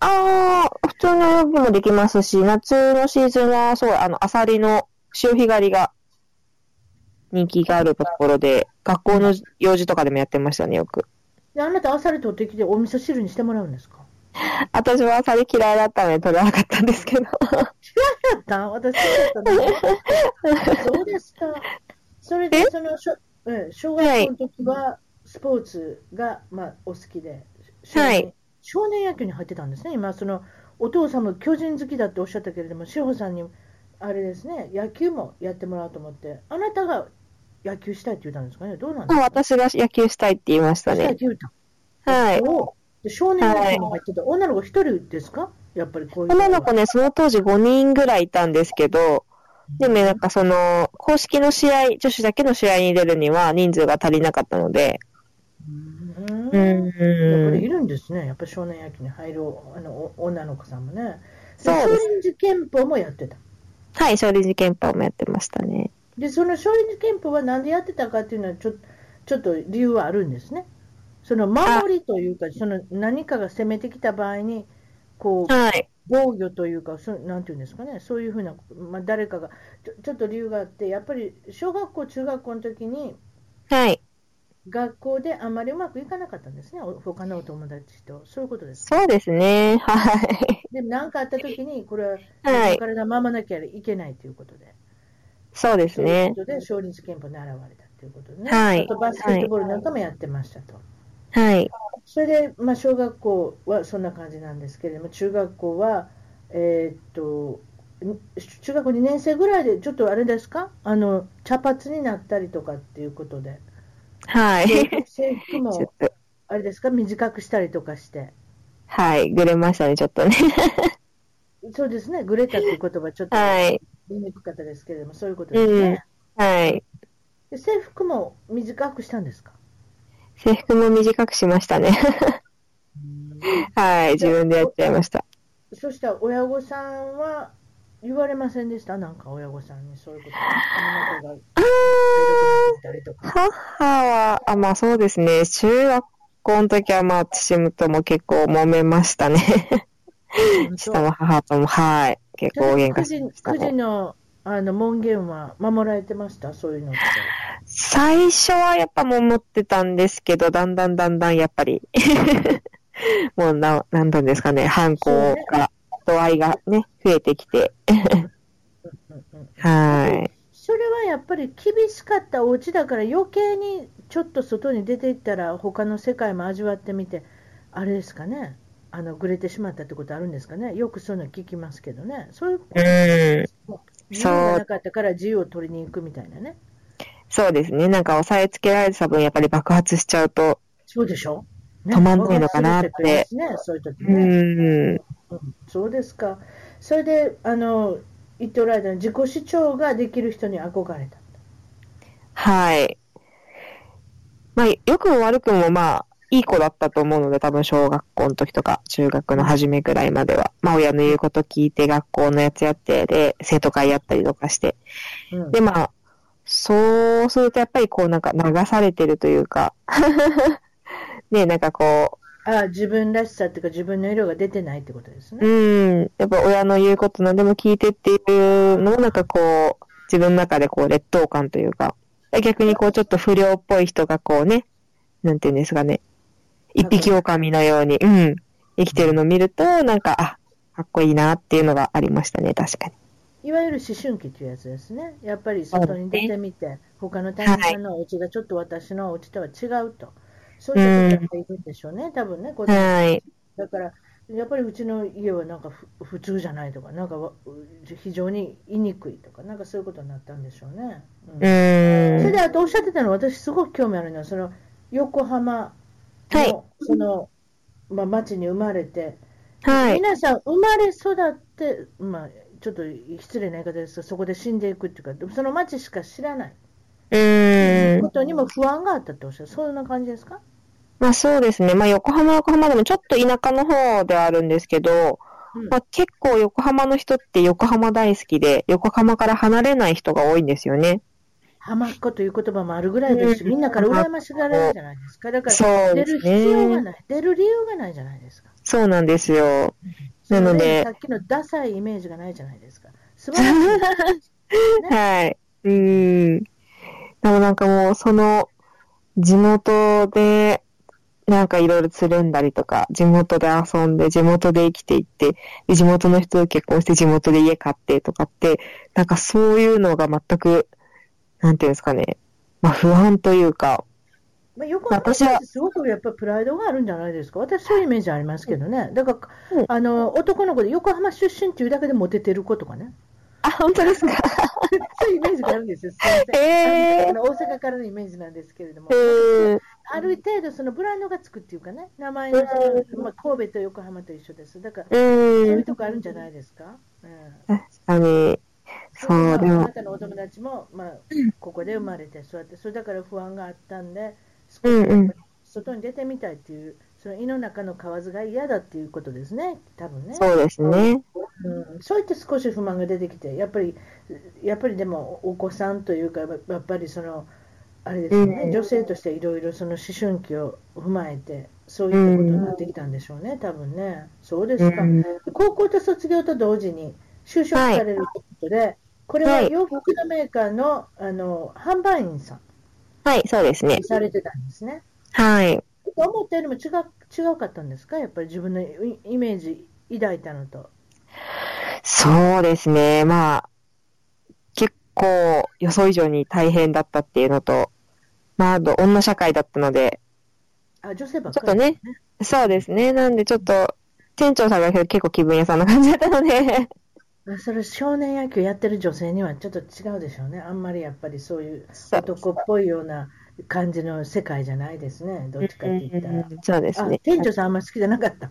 Speaker 2: ああ、普通の泳ぎもできますし、夏のシーズンは、そう、あの、アサリの潮干狩りが人気があるところで、学校の用事とかでもやってましたね、よく。
Speaker 1: で、あなたアサリ取ってきてお味噌汁にしてもらうんですか
Speaker 2: 私はアサリ嫌いだったので取れなかったんですけど。
Speaker 1: やった私そうだったね。そうですか。それで、その、しょうん小学校の時は、スポーツが、まあ、お好きで、少年
Speaker 2: はい
Speaker 1: 少年野球に入ってたんですね。今、その、お父様、巨人好きだっておっしゃったけれども、志保さんに、あれですね、野球もやってもらおうと思って、あなたが野球したいって言ったんですかね。どうなんですか
Speaker 2: 私が野球したいって言いました
Speaker 1: したいっ
Speaker 2: ね。
Speaker 1: て言った。
Speaker 2: はい。
Speaker 1: おで少年野球に入ってた。女の子一人ですかやっぱりこういう。
Speaker 2: 女の子ね、その当時5人ぐらいいたんですけど、でもねなんかその、公式の試合、女子だけの試合に出るには人数が足りなかったので、
Speaker 1: うんやっぱり
Speaker 2: う
Speaker 1: いるんですね、やっぱり少年野球に入るあのお女の子さんもね。
Speaker 2: そう
Speaker 1: で
Speaker 2: です
Speaker 1: 少林寺拳法もやってた。
Speaker 2: はい、勝利寺拳法もやってましたね。
Speaker 1: で、その少林寺拳法はなんでやってたかっていうのはちょ、ちょっと理由はあるんですね。その守りというか、その何かが攻めてきた場合に、こう
Speaker 2: はい。
Speaker 1: 防御というか、そのなんていうんですかね、そういうふうな、まあ、誰かがちょ、ちょっと理由があって、やっぱり小学校、中学校の時に、
Speaker 2: はい。
Speaker 1: 学校であんまりうまくいかなかったんですね、お他のお友達と。そういうことですか
Speaker 2: そうですね。はい。
Speaker 1: でも何かあった時に、これは
Speaker 2: はい
Speaker 1: 自分の体を守らなきゃいけないということで、
Speaker 2: そうです
Speaker 1: そういう
Speaker 2: ね
Speaker 1: こ。とで、少林寺拳法に現れたということでね、
Speaker 2: はい
Speaker 1: あとバスケットボールなんかもやってましたと。
Speaker 2: はい。
Speaker 1: それで、まあ、小学校はそんな感じなんですけれども、中学校は、えーっと、ん中学校2年生ぐらいで、ちょっとあれですか、あの茶髪になったりとかっていうことで、
Speaker 2: はい。ち
Speaker 1: 制服
Speaker 2: ょっ
Speaker 1: も
Speaker 2: と、
Speaker 1: あれですか、短くしたりとかして。
Speaker 2: はい。ぐれましたね、ちょっとね。
Speaker 1: そうですね、グレタという言葉ちょっと
Speaker 2: はい。
Speaker 1: 言いにくかったですけれども、そういうことですね。
Speaker 2: うんはい。
Speaker 1: で制服も短くしたんですか
Speaker 2: 制服も短くしましたね。はい。自分でやっちゃいました。
Speaker 1: そしたら親御さんは言われませんでしたなんか親御さんにそういうこと髪の毛が
Speaker 2: あー
Speaker 1: 出たりとか
Speaker 2: 母は、あ、まあそうですね。中学校の時は、まあ、父とも結構揉めました ね。父とも母とも、はい。結構喧嘩しました
Speaker 1: 9時
Speaker 2: ね。
Speaker 1: のあの門限は守られてましたそういうのって
Speaker 2: 最初はやっぱもう持ってたんですけど、だんだんだんだんやっぱり、 もうな、なんだんですかね、反抗が、度合いがね、増えてきて、
Speaker 1: うんうん
Speaker 2: はい。
Speaker 1: それはやっぱり厳しかったお家だから余計にちょっと外に出ていったら他の世界も味わってみてあれですかねあのぐれてしまったってことあるんですかねよくそういうの聞きますけどねそういう
Speaker 2: うん。
Speaker 1: 自由がなかったから自由を取りに行くみたいなね。
Speaker 2: そうですね。なんか抑えつけられてた分、やっぱり爆発しちゃうと、
Speaker 1: そうでしょ、ね
Speaker 2: 止まんないのかなって
Speaker 1: そうですね、そういう時
Speaker 2: う
Speaker 1: ね、
Speaker 2: ん。
Speaker 1: うんそうですか。それで、あの、言っておられたの自己主張ができる人に憧れた。
Speaker 2: はい。まあ、良くも悪くも、まあ、いい子だったと思うので、多分小学校の時とか、中学の初めくらいまでは、まあ、親の言うこと聞いて、学校のやつやって、で、生徒会やったりとかして、
Speaker 1: うん
Speaker 2: で、まあ、そうすると、やっぱりこう、なんか流されてるというか、 ね、なんかこ
Speaker 1: あ自分らしさっていうか、自分の色が出てないってことです
Speaker 2: う、
Speaker 1: ね。
Speaker 2: うん、やっぱ親の言うこと何でも聞いてっていうのも、なんかこう、自分の中でこう、劣等感というか、逆にこうちょっと不良っぽい人がこうね、なんていうんですかね、一匹狼のように、うん、生きてるのを見ると、なんか、あ、かっこいいなっていうのがありましたね、確かに。
Speaker 1: いわゆる思春期というやつですね。やっぱり外に出てみて、他の他人さんのお家がちょっと私のお家とは違うと。そういう人がいるんでしょうね、多分ね。子供
Speaker 2: はい。
Speaker 1: だから、やっぱりうちの家はなんかふ普通じゃないとか、なんかわ非常に言いにくいとか、なんかそういうことになったんでしょうね。うん
Speaker 2: う
Speaker 1: それ
Speaker 2: ーん。
Speaker 1: であとおっしゃってたの、私すごく興味あるのは、その横浜の、
Speaker 2: はい
Speaker 1: その、まあ、町に生まれて、
Speaker 2: はい。
Speaker 1: 皆さん生まれ育って、まあ、ちょっと失礼な言い方ですが、そこで死んでいくっていうか、その町しか知らないう
Speaker 2: ー
Speaker 1: こ
Speaker 2: ん。
Speaker 1: とにも不安があったっておっしゃる、そんな感じですか
Speaker 2: まあそうですね。まあ横浜は横浜でもちょっと田舎の方ではあるんですけど、
Speaker 1: うん
Speaker 2: まあ結構横浜の人って横浜大好きで、横浜から離れない人が多いんですよね。
Speaker 1: 浜っ子という言葉もあるぐらいですし、
Speaker 2: うん
Speaker 1: みんなから羨ましがられるじゃないですか。だから、
Speaker 2: そう
Speaker 1: 出
Speaker 2: で
Speaker 1: る
Speaker 2: す
Speaker 1: 必要が
Speaker 2: ね。
Speaker 1: ない、出る理由がないじゃないですか。
Speaker 2: そうなんですよ。な
Speaker 1: そ
Speaker 2: の
Speaker 1: れ
Speaker 2: で
Speaker 1: さっきのダサいイメージがないじゃないですか。素晴らしい。
Speaker 2: はい。うーん。でもなんかもう、その、地元で、なんかいろいろつるんだりとか、地元で遊んで、地元で生きていって、で地元の人と結婚して、地元で家買ってとかって、なんかそういうのが全く、なんていうんですかね、まあ不安というか、
Speaker 1: まあ、よく私はすごくやっぱりプライドがあるんじゃないですか、私、そういうイメージありますけどね、だから、
Speaker 2: うん
Speaker 1: あの男の子で横浜出身っていうだけでモテてる子とかね、
Speaker 2: あ、本当ですか
Speaker 1: そういうイメージがあるんですよ、すいません
Speaker 2: え
Speaker 1: あ
Speaker 2: え
Speaker 1: の大阪からのイメージなんですけれども、
Speaker 2: ー、
Speaker 1: ある程度、そのブランドがつくっていうかね、名前のその、まあ、神戸と横浜と一緒です、だから、
Speaker 2: う
Speaker 1: そうい
Speaker 2: ー、
Speaker 1: うんとこあるんじゃないですか。うん
Speaker 2: 確かに、そう、
Speaker 1: あ
Speaker 2: でも
Speaker 1: な、たのお友達も、まあ、ここで生まれて育って、それだから不安があったんで、
Speaker 2: うんうん
Speaker 1: 外に出てみたいっていう、その胃の中の蛙が嫌だっていうことですね、多分ね。
Speaker 2: そうですね。
Speaker 1: うん、そういって少し不満が出てきて、やっぱり、やっぱりでもお子さんというか、やっやっぱりその、あれですよね、
Speaker 2: うん
Speaker 1: 女性としていろいろその思春期を踏まえて、そういったことになってきたんでしょうね、多分ね。そうですか。
Speaker 2: うん
Speaker 1: 高校と卒業と同時に就職されるということで、これは
Speaker 2: はい
Speaker 1: 洋服のメーカーのあの販売員さん
Speaker 2: はい、そうですね
Speaker 1: を。されてたんですね。
Speaker 2: はい。
Speaker 1: 思ったよりも違う違うかったんですか、やっぱり自分のイイメージ抱いたのと。
Speaker 2: そうですね。まあ、結構予想以上に大変だったっていうのと、まあ、あと女社会だったので、
Speaker 1: あ女性ばっ
Speaker 2: ちょ
Speaker 1: か
Speaker 2: っ
Speaker 1: り
Speaker 2: とね、そうですね。なんでちょっと、店長さんが結構気分屋さんな感じだったので、
Speaker 1: まあそれ少年野球やってる女性にはちょっと違うでしょうね、あんまりやっぱりそういう
Speaker 2: そう
Speaker 1: 男っぽいような感じの世界じゃないですね、どっちかって言ったら。
Speaker 2: そうです
Speaker 1: あ
Speaker 2: ね。
Speaker 1: 店長さん、あんまり好きじゃなかった。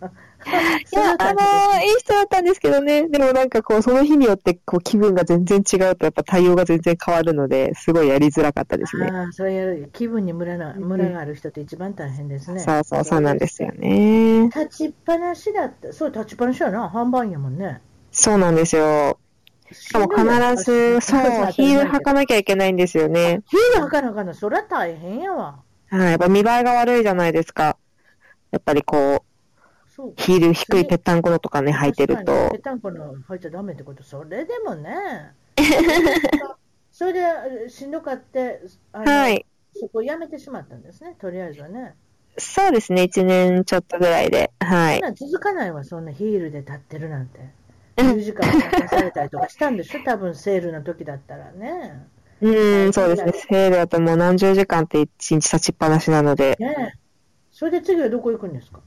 Speaker 2: いや、あのーいい人だったんですけどね。でもなんかこう、その日によってこう、気分が全然違うと、やっぱ対応が全然変わるので、すごいやりづらかったですね。
Speaker 1: ああ、それやる気分にムラな、ムラがある人って一番大変ですね。
Speaker 2: そうそう、そうなんですよね。
Speaker 1: 立ちっぱなしだった。そう、立ちっぱなしやな。販売員やもんね。
Speaker 2: そうなんですよ。しかも必ず、そう、ヒール履か
Speaker 1: な
Speaker 2: なきゃいけないんですよね。
Speaker 1: ヒール履かなあかんの。そりゃ大変やわ。
Speaker 2: はい、やっぱ見栄えが悪いじゃないですか。やっぱりこ
Speaker 1: そう
Speaker 2: う、。ヒール低いぺったんこのとかね、履いてる
Speaker 1: 確かにぺ
Speaker 2: と。
Speaker 1: ったんこの履いちゃダメってこと。それでも ね。それで、しんどかって、あの
Speaker 2: はい。
Speaker 1: そこをやめてしまったんですね。とりあえずはね。
Speaker 2: そうですね、一年ちょっとぐらいで。は
Speaker 1: そん
Speaker 2: い。
Speaker 1: なん続かないわ、そんなヒールで立ってるなんて。10時間出されたりとかしたんでし ょ、多分セールの時だったらね。
Speaker 2: うん、そうですね。セールだともう何十時間って一日立ちっぱなしなので。
Speaker 1: ねえそれで次はどこ行くんですか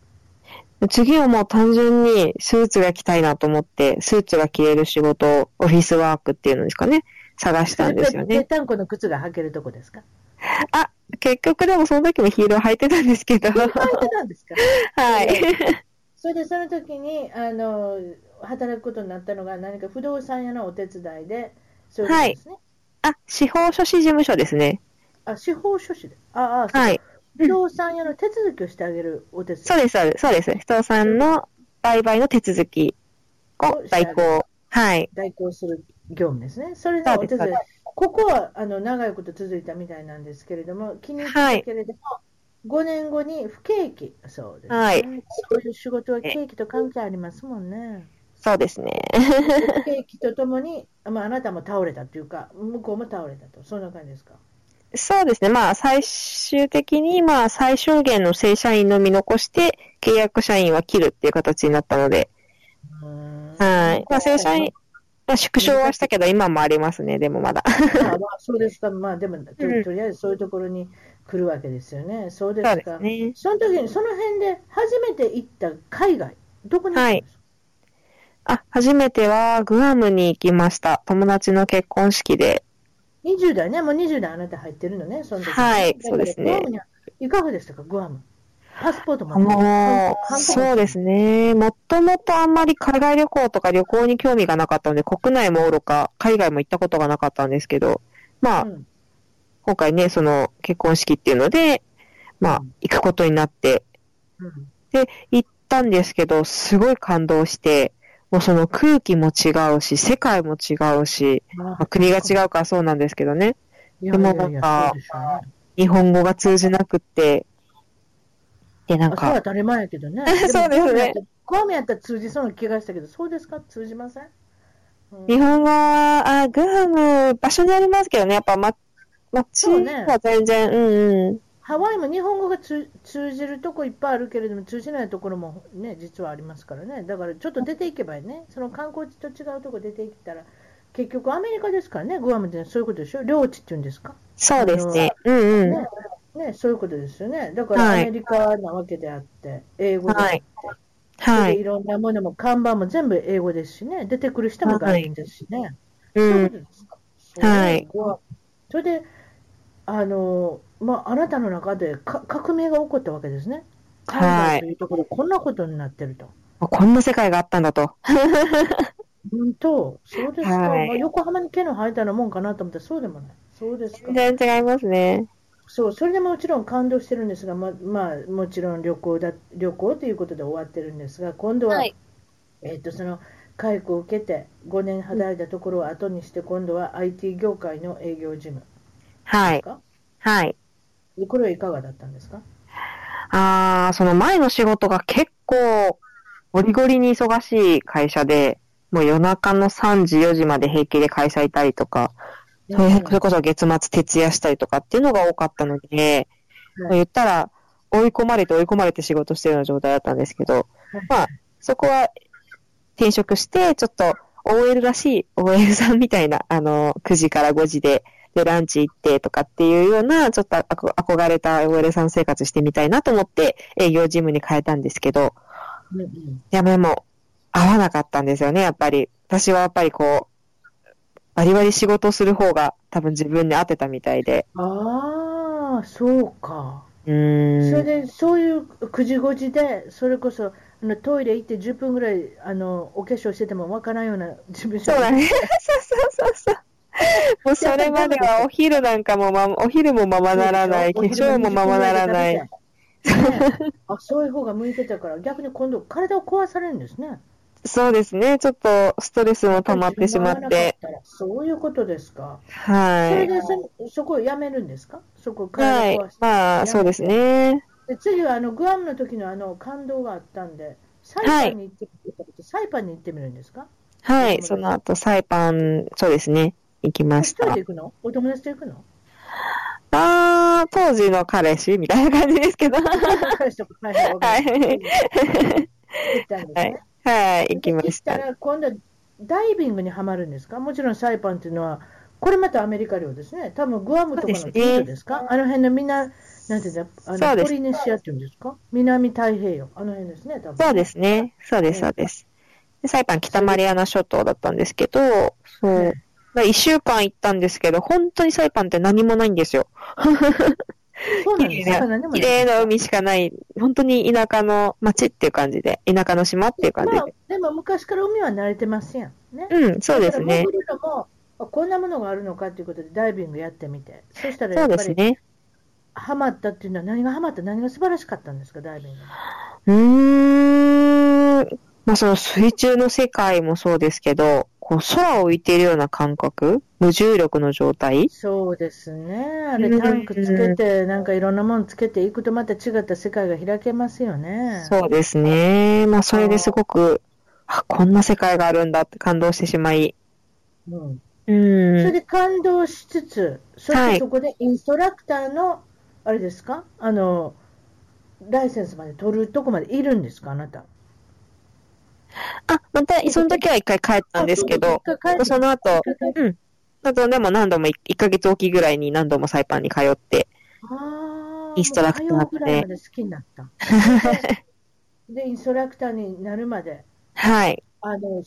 Speaker 2: 次はもう単純にスーツが着たいなと思って、スーツが着れる仕事を、オフィスワークっていうのですかね、探したんですよ
Speaker 1: ぺ
Speaker 2: ね。
Speaker 1: ったんこの靴が履けるとこです か
Speaker 2: あ、結局でもその時もヒールを履いてたんですけど。
Speaker 1: 履いてたんですか
Speaker 2: はい。
Speaker 1: それでその時にあの働くことになったのが何か不動産屋のお手伝いでそういうことですね、
Speaker 2: あ、司法書士事務所ですね。
Speaker 1: あ司法書士でああそう
Speaker 2: はい。
Speaker 1: 不動産屋の手続きをしてあげるお手伝い
Speaker 2: そうです、そうです。そうです。人さんの売買の手続きを代行。はい。
Speaker 1: 代行する業務ですねそれでお手
Speaker 2: そう
Speaker 1: 伝い
Speaker 2: です
Speaker 1: ここはあの長いこと続いたみたいなんですけれども気に入ったけれども、5年後に不景気そうです、ね
Speaker 2: はい
Speaker 1: そういう仕事は景気と関係ありますもんね
Speaker 2: そうですね。
Speaker 1: ケーキとともに、まあ、あなたも倒れたというか、向こうも倒れたと、そんな感じですか。
Speaker 2: そうですね。まあ、最終的に、まあ、最小限の正社員のみ残して、契約社員は切るっていう形になったので、はい。まあ、正社員、まあ、縮小はしたけど、今もありますね、でもまだ。
Speaker 1: まあまあそうですか、まあでもと
Speaker 2: うん
Speaker 1: とりあえずそういうところに来るわけですよね、そうで
Speaker 2: そう
Speaker 1: す
Speaker 2: で
Speaker 1: か、
Speaker 2: す
Speaker 1: その
Speaker 2: ね。
Speaker 1: 時にその辺で初めて行った海外、どこに行ったんですか、
Speaker 2: あ、初めては、グアムに行きました。友達の結婚式で。
Speaker 1: 20代ね、もう20代あなた入ってるのね、その時
Speaker 2: は
Speaker 1: だ
Speaker 2: い
Speaker 1: けど
Speaker 2: そうですね
Speaker 1: グアムにはいかがでしたか、グアム。パスポートも。
Speaker 2: もう、そうですすね。もともとあんまり海外旅行とか旅行に興味がなかったので、国内も愚か、海外も行ったことがなかったんですけど、まあ、
Speaker 1: うん
Speaker 2: 今回ね、その結婚式っていうので、まあ
Speaker 1: うん、
Speaker 2: 行くことになって、
Speaker 1: うん
Speaker 2: 行ったんですけど、すごい感動して、もうその空気も違うし、世界も違うし、
Speaker 1: あ
Speaker 2: まあ国が違うからそうなんですけどね、
Speaker 1: いやいやいや
Speaker 2: でもなんか
Speaker 1: そうでしょうね
Speaker 2: 日本語が通じなくって、で、なん
Speaker 1: あそう
Speaker 2: か、。
Speaker 1: 当たり前やけどね
Speaker 2: そうですね
Speaker 1: も。興味あったら通じそうな気がしたけど、そうですか通じません、うん
Speaker 2: 日本語は、あ、グアム、場所にありますけどね、やっぱ、ま、街
Speaker 1: そうね
Speaker 2: は全然、うんうん。
Speaker 1: ハワイも日本語が通通じるとこいっぱいあるけれども、通じないところもね、実はありますからね。だからちょっと出ていけばいいね。その観光地と違うとこ出ていったら、結局アメリカですからね、グアムってそういうことでしょ領地っていうんですか、
Speaker 2: そうですね。うんうん。
Speaker 1: ねね、そういうことですよね。だからア
Speaker 2: はい
Speaker 1: メリカなわけであって、英語であって、
Speaker 2: は
Speaker 1: で
Speaker 2: い。
Speaker 1: いろんなものも看板も全部英語ですしね、出てくる人も外人ですしね。
Speaker 2: う
Speaker 1: そういうんこ。とですか。
Speaker 2: はい
Speaker 1: そうか。それで、あの、まあ、あなたの中でか革命が起こったわけですね。
Speaker 2: はい
Speaker 1: 海外というところ、こんなことになってると。
Speaker 2: こんな世界があったんだと。
Speaker 1: 本当、そうですか。
Speaker 2: はい
Speaker 1: まあ、横浜に毛の生えたようなもんかなと思ったら、そうでもない。そうですか。
Speaker 2: 全然違いますね。
Speaker 1: そう、それでもちろん感動してるんですが、ま、まあ、もちろん旅行だ、旅行ということで終わってるんですが、今度は、
Speaker 2: はい
Speaker 1: えっと、その、解雇を受けて、5年働いたところを後にして、今度は IT 業界の営業事務
Speaker 2: は
Speaker 1: です
Speaker 2: い。
Speaker 1: か、
Speaker 2: はい。
Speaker 1: でこれはいかがだったんですか
Speaker 2: ああ、その前の仕事が結構、ゴリゴリに忙しい会社で、もう夜中の3時、4時まで平気で会社いたりとか、それそれこそ月末徹夜したりとかっていうのが多かったので、
Speaker 1: はい
Speaker 2: 言ったら追い込まれて追い込まれて仕事してるような状態だったんですけど、まあ、そこは転職して、ちょっと OL らしい OL さんみたいな、あの、9時から5時で、で、ランチ行ってとかっていうような、ちょっとあこ憧れた OL さん生活してみたいなと思って営業事務に変えたんですけど、
Speaker 1: うんうん
Speaker 2: いや、でも、合わなかったんですよね、やっぱり。私はやっぱりこう、バリバリ仕事する方が多分自分に合ってたみたいで。
Speaker 1: ああ、そうか。
Speaker 2: うーん。
Speaker 1: それで、そういう9時5時で、それこそあのトイレ行って10分ぐらいあのお化粧しててもわからんような自分
Speaker 2: そうだね。そうそうそうそう。もうそれまではお昼なんかもま、お昼もままならない、化粧もままならない。
Speaker 1: ねあそういう方が向いてたから、逆に今度、体を壊されるんですね。
Speaker 2: そうですね。ちょっとストレスも溜まってしまって。。
Speaker 1: そういうことですか。そ
Speaker 2: は
Speaker 1: れ
Speaker 2: い。
Speaker 1: でそ、そこをやめるんですかそこを
Speaker 2: は
Speaker 1: 体
Speaker 2: い
Speaker 1: を壊して。。
Speaker 2: まあ、そうですね。
Speaker 1: で次はあのグアムの時のあの感動があったんで、サイパンに行ってみるとサイパンに行ってみるんですか
Speaker 2: はい。その後、サイパン、そうですね。行きま
Speaker 1: 一
Speaker 2: し
Speaker 1: 人
Speaker 2: た
Speaker 1: で。行くのお友達と行く の
Speaker 2: あー、当時の彼氏みたいな感じですけど。
Speaker 1: 彼氏とか彼氏とか
Speaker 2: はい
Speaker 1: 行ったんです
Speaker 2: は
Speaker 1: ね。
Speaker 2: はい。行きま
Speaker 1: で
Speaker 2: し
Speaker 1: 行った
Speaker 2: た。
Speaker 1: ら今度はダイビングにはまるんですかもちろんサイパンっていうのは、これまたアメリカ領ですね。多分グアムとかの
Speaker 2: そ
Speaker 1: 近
Speaker 2: うですね
Speaker 1: 所ですかあの辺のみんな、なんていうんだあ
Speaker 2: そう
Speaker 1: の
Speaker 2: です
Speaker 1: ポリネシアっていうんですか南太平洋。あの辺ですね、多分。
Speaker 2: そうですね。そうです、
Speaker 1: うん
Speaker 2: そうです。でサイパン、北マリアナ諸島だったんですけど、そう。まあ一週間行ったんですけど、本当にサイパンって何もないんですよ。
Speaker 1: そうなんです
Speaker 2: 綺麗
Speaker 1: か何でもい
Speaker 2: 綺
Speaker 1: いんです
Speaker 2: 麗
Speaker 1: か
Speaker 2: な海しかない、本当に田舎の町っていう感じで、田舎の島っていう感じ
Speaker 1: まあ
Speaker 2: で。、
Speaker 1: でも昔から海は慣れてますやん。ね。
Speaker 2: うん、そうですね
Speaker 1: 潜。るのも、あこんなものがあるのかということで、ダイビングやってみて、そしたら
Speaker 2: そ
Speaker 1: や
Speaker 2: う
Speaker 1: っぱ
Speaker 2: です
Speaker 1: り、
Speaker 2: ね。
Speaker 1: ハマったっていうのは、何がハマった、何が素晴らしかったんですか、ダイビング。
Speaker 2: うーん。まあその水中の世界もそうですけど、こう空を浮いているような感覚、無重力の状態
Speaker 1: そうですね、あ
Speaker 2: う
Speaker 1: れ、
Speaker 2: ん
Speaker 1: タンクつけて、なんかいろんなものつけていくと、また違った世界が開けますよね。
Speaker 2: そうですね。まあ、それですごく、あ、こんな世界があるんだって感動してしまい。
Speaker 1: うん、
Speaker 2: う
Speaker 1: それ
Speaker 2: ん。
Speaker 1: で感動しつつ、そし
Speaker 2: は
Speaker 1: て
Speaker 2: い
Speaker 1: そこでインストラクターの、あれですか、あの、ライセンスまで取るとこまでいるんですか、あなた。
Speaker 2: あ、また、その時は一回帰ったんですけど、
Speaker 1: あ、そうです
Speaker 2: そ
Speaker 1: か
Speaker 2: の後、
Speaker 1: 帰って
Speaker 2: うん。あと、でも何度も1、一ヶ月おきぐらいに何度もサイパンに通って、
Speaker 1: あー
Speaker 2: インストラクターで
Speaker 1: もう火曜ぐらいまで好きになった。で、インストラクターになるまで、
Speaker 2: はい。
Speaker 1: あの、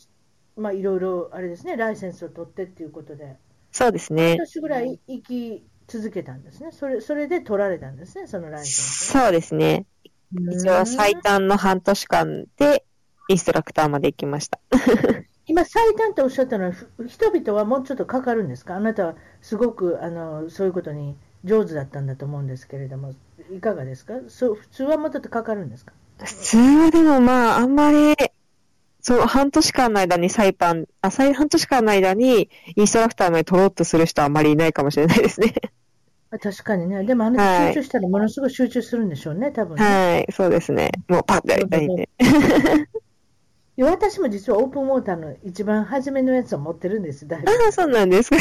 Speaker 1: まあ、いろいろ、あれですね、ライセンスを取ってっていうことで、
Speaker 2: そうですね
Speaker 1: 半。年ぐらい生き続けたんですね。それ、それで取られたんですね、そのライセンス。
Speaker 2: そうですね。一応最
Speaker 1: うん
Speaker 2: 短の半年間で、インストラクターまで行きました。
Speaker 1: 今、最短とおっしゃったのは、ふ人々はもうちょっとかかるんですかあなたはすごく、あの、そういうことに上手だったんだと思うんですけれども、いかがですかそう、普通はもうちょっとかかるんですか
Speaker 2: 普通はでもまあ、あんまり、そう、半年間の間にサイパン、あ、さい半年間の間にインストラクターまで取ろうとする人はあまりいないかもしれないで すね。
Speaker 1: あ確かにね、でもあの人
Speaker 2: は
Speaker 1: 集
Speaker 2: い
Speaker 1: 中したらものすごい集中するんでしょうね、多分ね、
Speaker 2: はい、そうですね。もうパッてやりたいんで。
Speaker 1: いや私も実はオープンウォーターの一番初めのやつを持ってるんです、だいぶ。
Speaker 2: ああ、そうなんですか。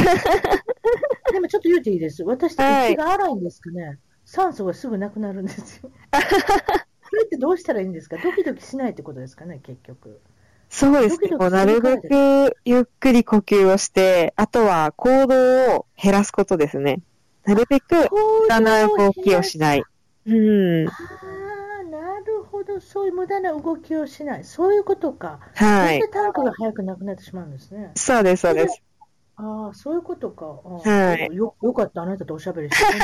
Speaker 1: でもちょっと言うていいです。私って
Speaker 2: はい
Speaker 1: 息が荒いんですかね、酸素がすぐなくなるんです よ。それってどうしたらいいんですかドキドキしないってことですかね、結局。
Speaker 2: そうで
Speaker 1: ド
Speaker 2: すね。
Speaker 1: キドキ
Speaker 2: もうなるべくゆっくり呼吸をして、あとは行動を減らすことですね。なるべく無駄な動きをし
Speaker 1: い。
Speaker 2: ない。うん。
Speaker 1: ああ、なるほど。そういう無駄な動きをしない。そういうことか。
Speaker 2: はい
Speaker 1: それ。でタンクが早くなくなってしまうんですね。
Speaker 2: そうです、そうです。
Speaker 1: ああ、そういうことか。ああ
Speaker 2: はい
Speaker 1: よよかった、あなたとおしゃべりして。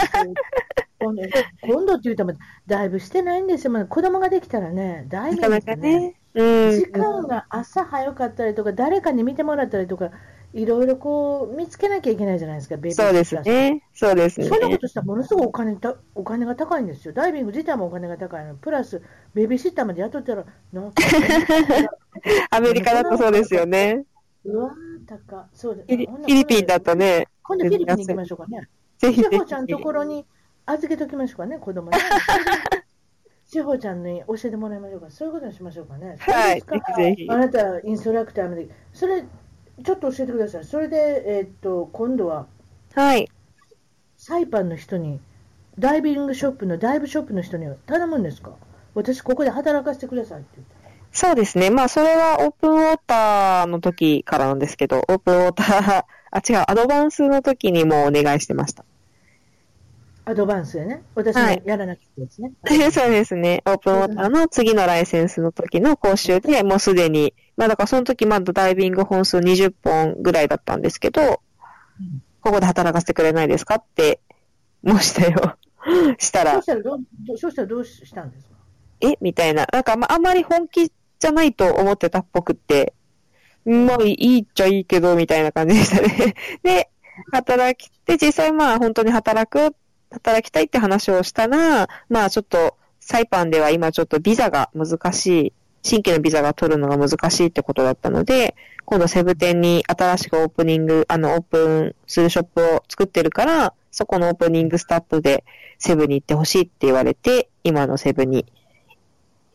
Speaker 1: 今度今度って言うとも、だいぶしてないんですよ。まだ子供ができたらね、だい
Speaker 2: な
Speaker 1: ぶ
Speaker 2: かなかね。うん。
Speaker 1: 時間が朝早かったりとか、誰かに見てもらったりとか、いろいろこう、見つけなきゃいけないじゃないですか、ベビー
Speaker 2: そうです
Speaker 1: シッターさん。
Speaker 2: ね。そうですね
Speaker 1: そ。んなことしたらものすごいお金たお金が高いんですよ。ダイビング自体もお金が高いの。プラス、ベビーシッターまで雇ったら、な
Speaker 2: アメリカだとそうですよね。
Speaker 1: うわー、高い。そう
Speaker 2: フ
Speaker 1: で
Speaker 2: ィリフィリピンだと。ね、
Speaker 1: 今度フィリピンに行きましょうかね。
Speaker 2: ぜひ
Speaker 1: 志
Speaker 2: ぜ
Speaker 1: 保ちゃんのとこ
Speaker 2: ひ。
Speaker 1: ろに預けときましょうかね、子供 ね。志保ちゃんに教えてもらいましょうか。そういうことにしましょうかね。
Speaker 2: はい
Speaker 1: そうですか
Speaker 2: ぜひぜひ
Speaker 1: あなた、インストラクターまで。それ、ちょっと教えてください。それで、えーっと、今度は、
Speaker 2: はい。
Speaker 1: サイパンの人に、ダイビングショップの、ダイブショップの人に頼むんですか私、ここで働かせてくださいって言って。
Speaker 2: そうですね。まあ、それはオープンウォーターの時からなんですけど、オープンウォーター、あ、違う、アドバンスの時にもうお願いしてま した。
Speaker 1: アドバンスでね。私も
Speaker 2: はい
Speaker 1: やらなきゃいけない ですね。
Speaker 2: そうですね。オープンウォーターの次のライセンスの時の講習でもうすでに、まあだからその時まだダイビング本数20本ぐらいだったんですけど、ここで働かせてくれないですかって、もうしたよ。した
Speaker 1: そう
Speaker 2: ら
Speaker 1: し、たらどう、どうそうしたらどうしたんですか
Speaker 2: えみたいな。なんかまああんまり本気じゃないと思ってたっぽくって、まあいいっちゃいいけど、みたいな感じでしたね。 で、働き、で、実際まあ本当に働く、働きたいって話をしたら、まあちょっと、サイパンでは今ちょっとビザが難しい、新規のビザが取るのが難しいってことだったので、今度セブ店に新しくオープニング、あの、オープンするショップを作ってるから、そこのオープニングスタッフでセブンに行ってほしいって言われて、今のセブンに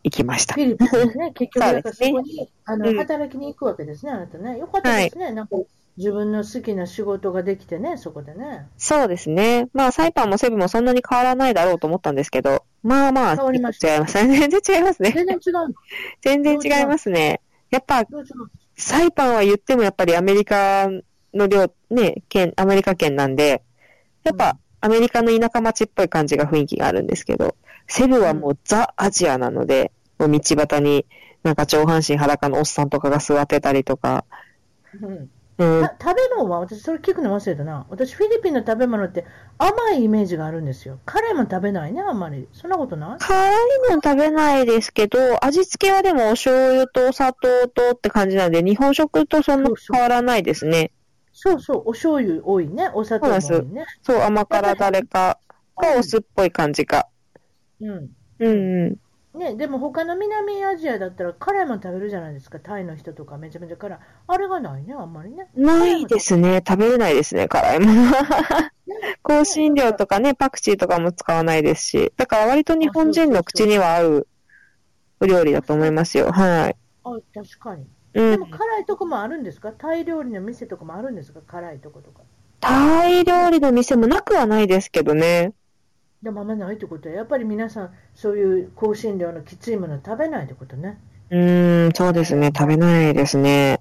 Speaker 2: 行きました
Speaker 1: フ。ィリピンですね、結局、
Speaker 2: そ
Speaker 1: だ
Speaker 2: うです
Speaker 1: からそ
Speaker 2: ね
Speaker 1: こにあの、
Speaker 2: うん
Speaker 1: 働きに行くわけですね、あなたね。よかったですね、なんか自分の好きな仕事ができてね、そこで ね。
Speaker 2: そうですね。まあ、サイパンもセブンもそんなに変わらないだろうと思ったんですけど、まあまあ、
Speaker 1: 変わりました
Speaker 2: 違います ね。全然違いますね。
Speaker 1: 全然違うの、
Speaker 2: 全然違いますね。やっぱ、
Speaker 1: どう違うの
Speaker 2: サイパンは言ってもやっぱりアメリカの領、ね、県、アメリカ圏なんで、やっ
Speaker 1: うん
Speaker 2: ぱアメリカの田舎町っぽい感じが雰囲気があるんですけど、セブはもうザ・アジアなので、もう道端になんか上半身裸のおっさんとかが座ってたりとか、
Speaker 1: うん
Speaker 2: うん、
Speaker 1: た食べ物は、私、それ聞くの忘れたな、私、フィリピンの食べ物って甘いイメージがあるんですよ。辛いもん食べないね、あんまり。そんなことない
Speaker 2: 辛いもん食べないですけど、味付けはでもお醤油とお砂糖とって感じなんで、日本食とそんな変わらないですね。
Speaker 1: そうそう、お醤油多いね、お砂糖も多いね。
Speaker 2: そう、甘辛誰かかお酢っぽい感じか。
Speaker 1: うん
Speaker 2: うんうん。
Speaker 1: ね、でも他の南アジアだったら辛いもん食べるじゃないですか、タイの人とかめちゃめちゃ辛い。あれがないね、あんまりね。
Speaker 2: ないですね。食べれないですね、辛いも の。香辛料とかね、パクチーとかも使わないですし。だから割と日本人の口には合うお料理だと思いますよ。はい。
Speaker 1: あ、確かに。
Speaker 2: う
Speaker 1: で
Speaker 2: ん
Speaker 1: も。辛いとこもあるんですかタイ料理の店とかもあるんですか辛いとことか。
Speaker 2: タイ料理の店もなくはないですけどね。
Speaker 1: でもあんまないってことは、やっぱり皆さん、そういう香辛料のきついもの食べないってことね。
Speaker 2: うーん、そうですね。食べないですね。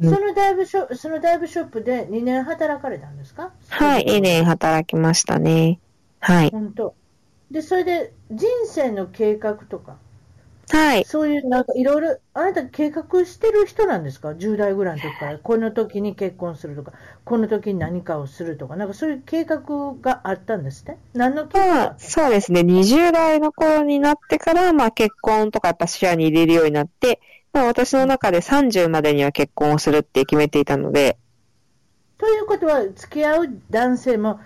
Speaker 2: うん
Speaker 1: そのダイブショそのダイブショップで2年働かれたんですか
Speaker 2: はい、2。年働きましたね。はい。
Speaker 1: 本当。で、それで人生の計画とか、
Speaker 2: はい。
Speaker 1: そういうなんかいろいろ、あなた計画してる人なんですか ?10 代ぐらいの時から、この時に結婚するとか、この時に何かをするとか、なんかそういう計画があったんですって何の計画だ
Speaker 2: ま
Speaker 1: った
Speaker 2: あ、
Speaker 1: の
Speaker 2: そうですね。20代の頃になってから、まあ結婚とかやっぱ視野に入れるようになって、まあ私の中で30までには結婚をするって決めていたので、
Speaker 1: ということは、付き合う男性も、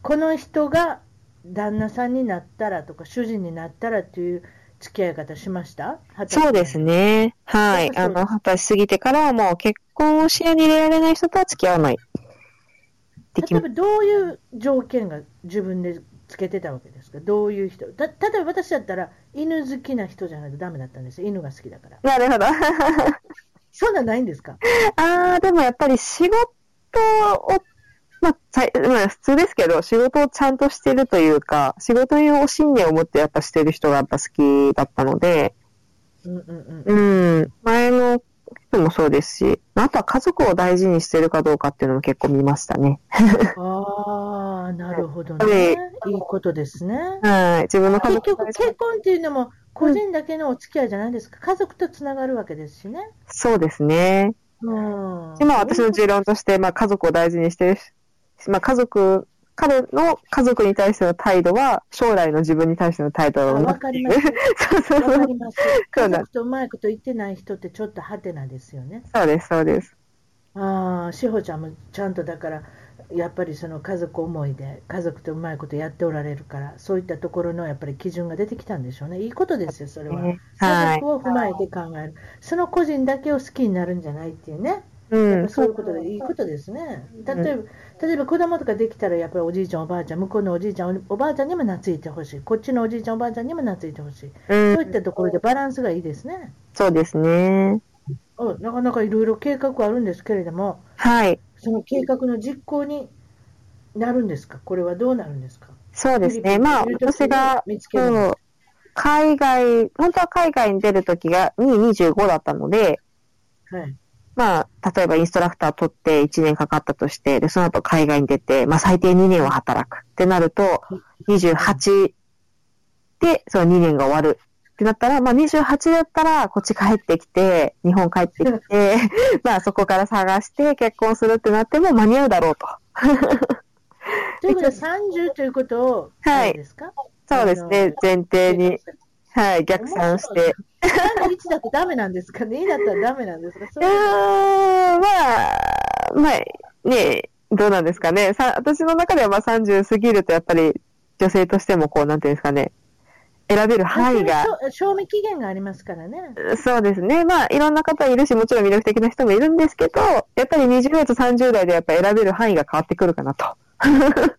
Speaker 1: この人が旦那さんになったらとか、主人になったらっていう付き合い方しました
Speaker 2: そうです。ね。はい。
Speaker 1: そう
Speaker 2: あ
Speaker 1: そう
Speaker 2: の、二十歳過ぎてからはもう結婚を視野に入れられない人とは付き合わない。でき
Speaker 1: 例えばどういう条件が自分でつけてたわけですか、どういう人、た例えば私だったら、犬好きな人じゃないとダメだったんですよ、犬が好きだから。
Speaker 2: なるほど。
Speaker 1: そんなんないんですか、
Speaker 2: ああ、でもやっぱり仕事を、まあ、さいまあ普通ですけど、仕事をちゃんとしてるというか、仕事にお信念を持ってやっぱしてる人がやっぱ好きだったので、
Speaker 1: うんうんうん、
Speaker 2: うん、前の人もそうですし、あとは家族を大事にしてるかどうかっていうのも結構見ましたね。
Speaker 1: ああ、なるほど
Speaker 2: は
Speaker 1: ね、いいことですね。
Speaker 2: はい、自分の家
Speaker 1: 結
Speaker 2: 族
Speaker 1: 局、
Speaker 2: を大事に
Speaker 1: 結婚っていうのも、個人だけのお付き合いじゃないですか、家族とつながるわけですしね。
Speaker 2: そうですね。
Speaker 1: うん
Speaker 2: 今私の持論として、まあ、家族を大事にしてるし、まあ、家族、彼の家族に対しての態度は、将来の自分に対しての態度
Speaker 1: あ
Speaker 2: だろうな
Speaker 1: わ
Speaker 2: って
Speaker 1: か
Speaker 2: い
Speaker 1: り
Speaker 2: う。
Speaker 1: ます。
Speaker 2: そう そう
Speaker 1: わ
Speaker 2: そ
Speaker 1: か
Speaker 2: う。
Speaker 1: ります。
Speaker 2: そう
Speaker 1: 家
Speaker 2: なん
Speaker 1: 族とうまいこと言ってない人ってちょっとハテナですよね。
Speaker 2: そうです、そうです。
Speaker 1: ああ、志保ちゃんもちゃんとだから、やっぱりその家族思いで、家族とうまいことやっておられるから、そういったところのやっぱり基準が出てきたんでしょうね。いいことですよ、それは。
Speaker 2: ね
Speaker 1: 家
Speaker 2: はい。
Speaker 1: 族を踏まえて考える。その個人だけを好きになるんじゃないっていうね。
Speaker 2: う
Speaker 1: やっぱ
Speaker 2: ん。
Speaker 1: そういうことでいいことですね。例えば、例えば子供とかできたら、やっぱりおじいちゃん、おばあちゃん、向こうのおじいちゃん、おばあちゃんにも懐いてほしい。こっちのおじいちゃん、おばあちゃんにも懐いてほしい。
Speaker 2: う
Speaker 1: そうい
Speaker 2: ん。
Speaker 1: ったところでバランスがいいですね。
Speaker 2: そうですね。
Speaker 1: うんなかなかいろいろ計画はあるんですけれども、
Speaker 2: はい。
Speaker 1: その計画の実行になるんですか、これはどうなるんですか。
Speaker 2: そうですね。まあ、私が、
Speaker 1: 見つける
Speaker 2: そう、海外、本当は海外に出るときが2、25だったので、
Speaker 1: はい、
Speaker 2: まあ、例えばインストラクター取って1年かかったとして、で、その後海外に出て、まあ最低2年は働くってなると、28で、その2年が終わるってなったら、まあ28だったら、こっち帰ってきて、日本帰ってきて、 まあそこから探して結婚するってなっても間に合うだろうと。
Speaker 1: ということは30ということを、
Speaker 2: はい
Speaker 1: あれですか
Speaker 2: そうです
Speaker 1: な
Speaker 2: ね
Speaker 1: る。
Speaker 2: 前提に、はい、逆算して。
Speaker 1: 31だとダメなんですかね、2だったらダメなんですか、そう
Speaker 2: うー、
Speaker 1: いうん
Speaker 2: まあ、まあ、ねどうなんですかね。さ、私の中ではまあ30過ぎるとやっぱり女性としてもこう、なんていうんですかね。選べる範囲が。
Speaker 1: そう賞味期限がありますからね、
Speaker 2: そうですね。まあ、いろんな方いるし、もちろん魅力的な人もいるんですけど、やっぱり20代と30代でやっぱ選べる範囲が変わってくるかなと。
Speaker 1: あ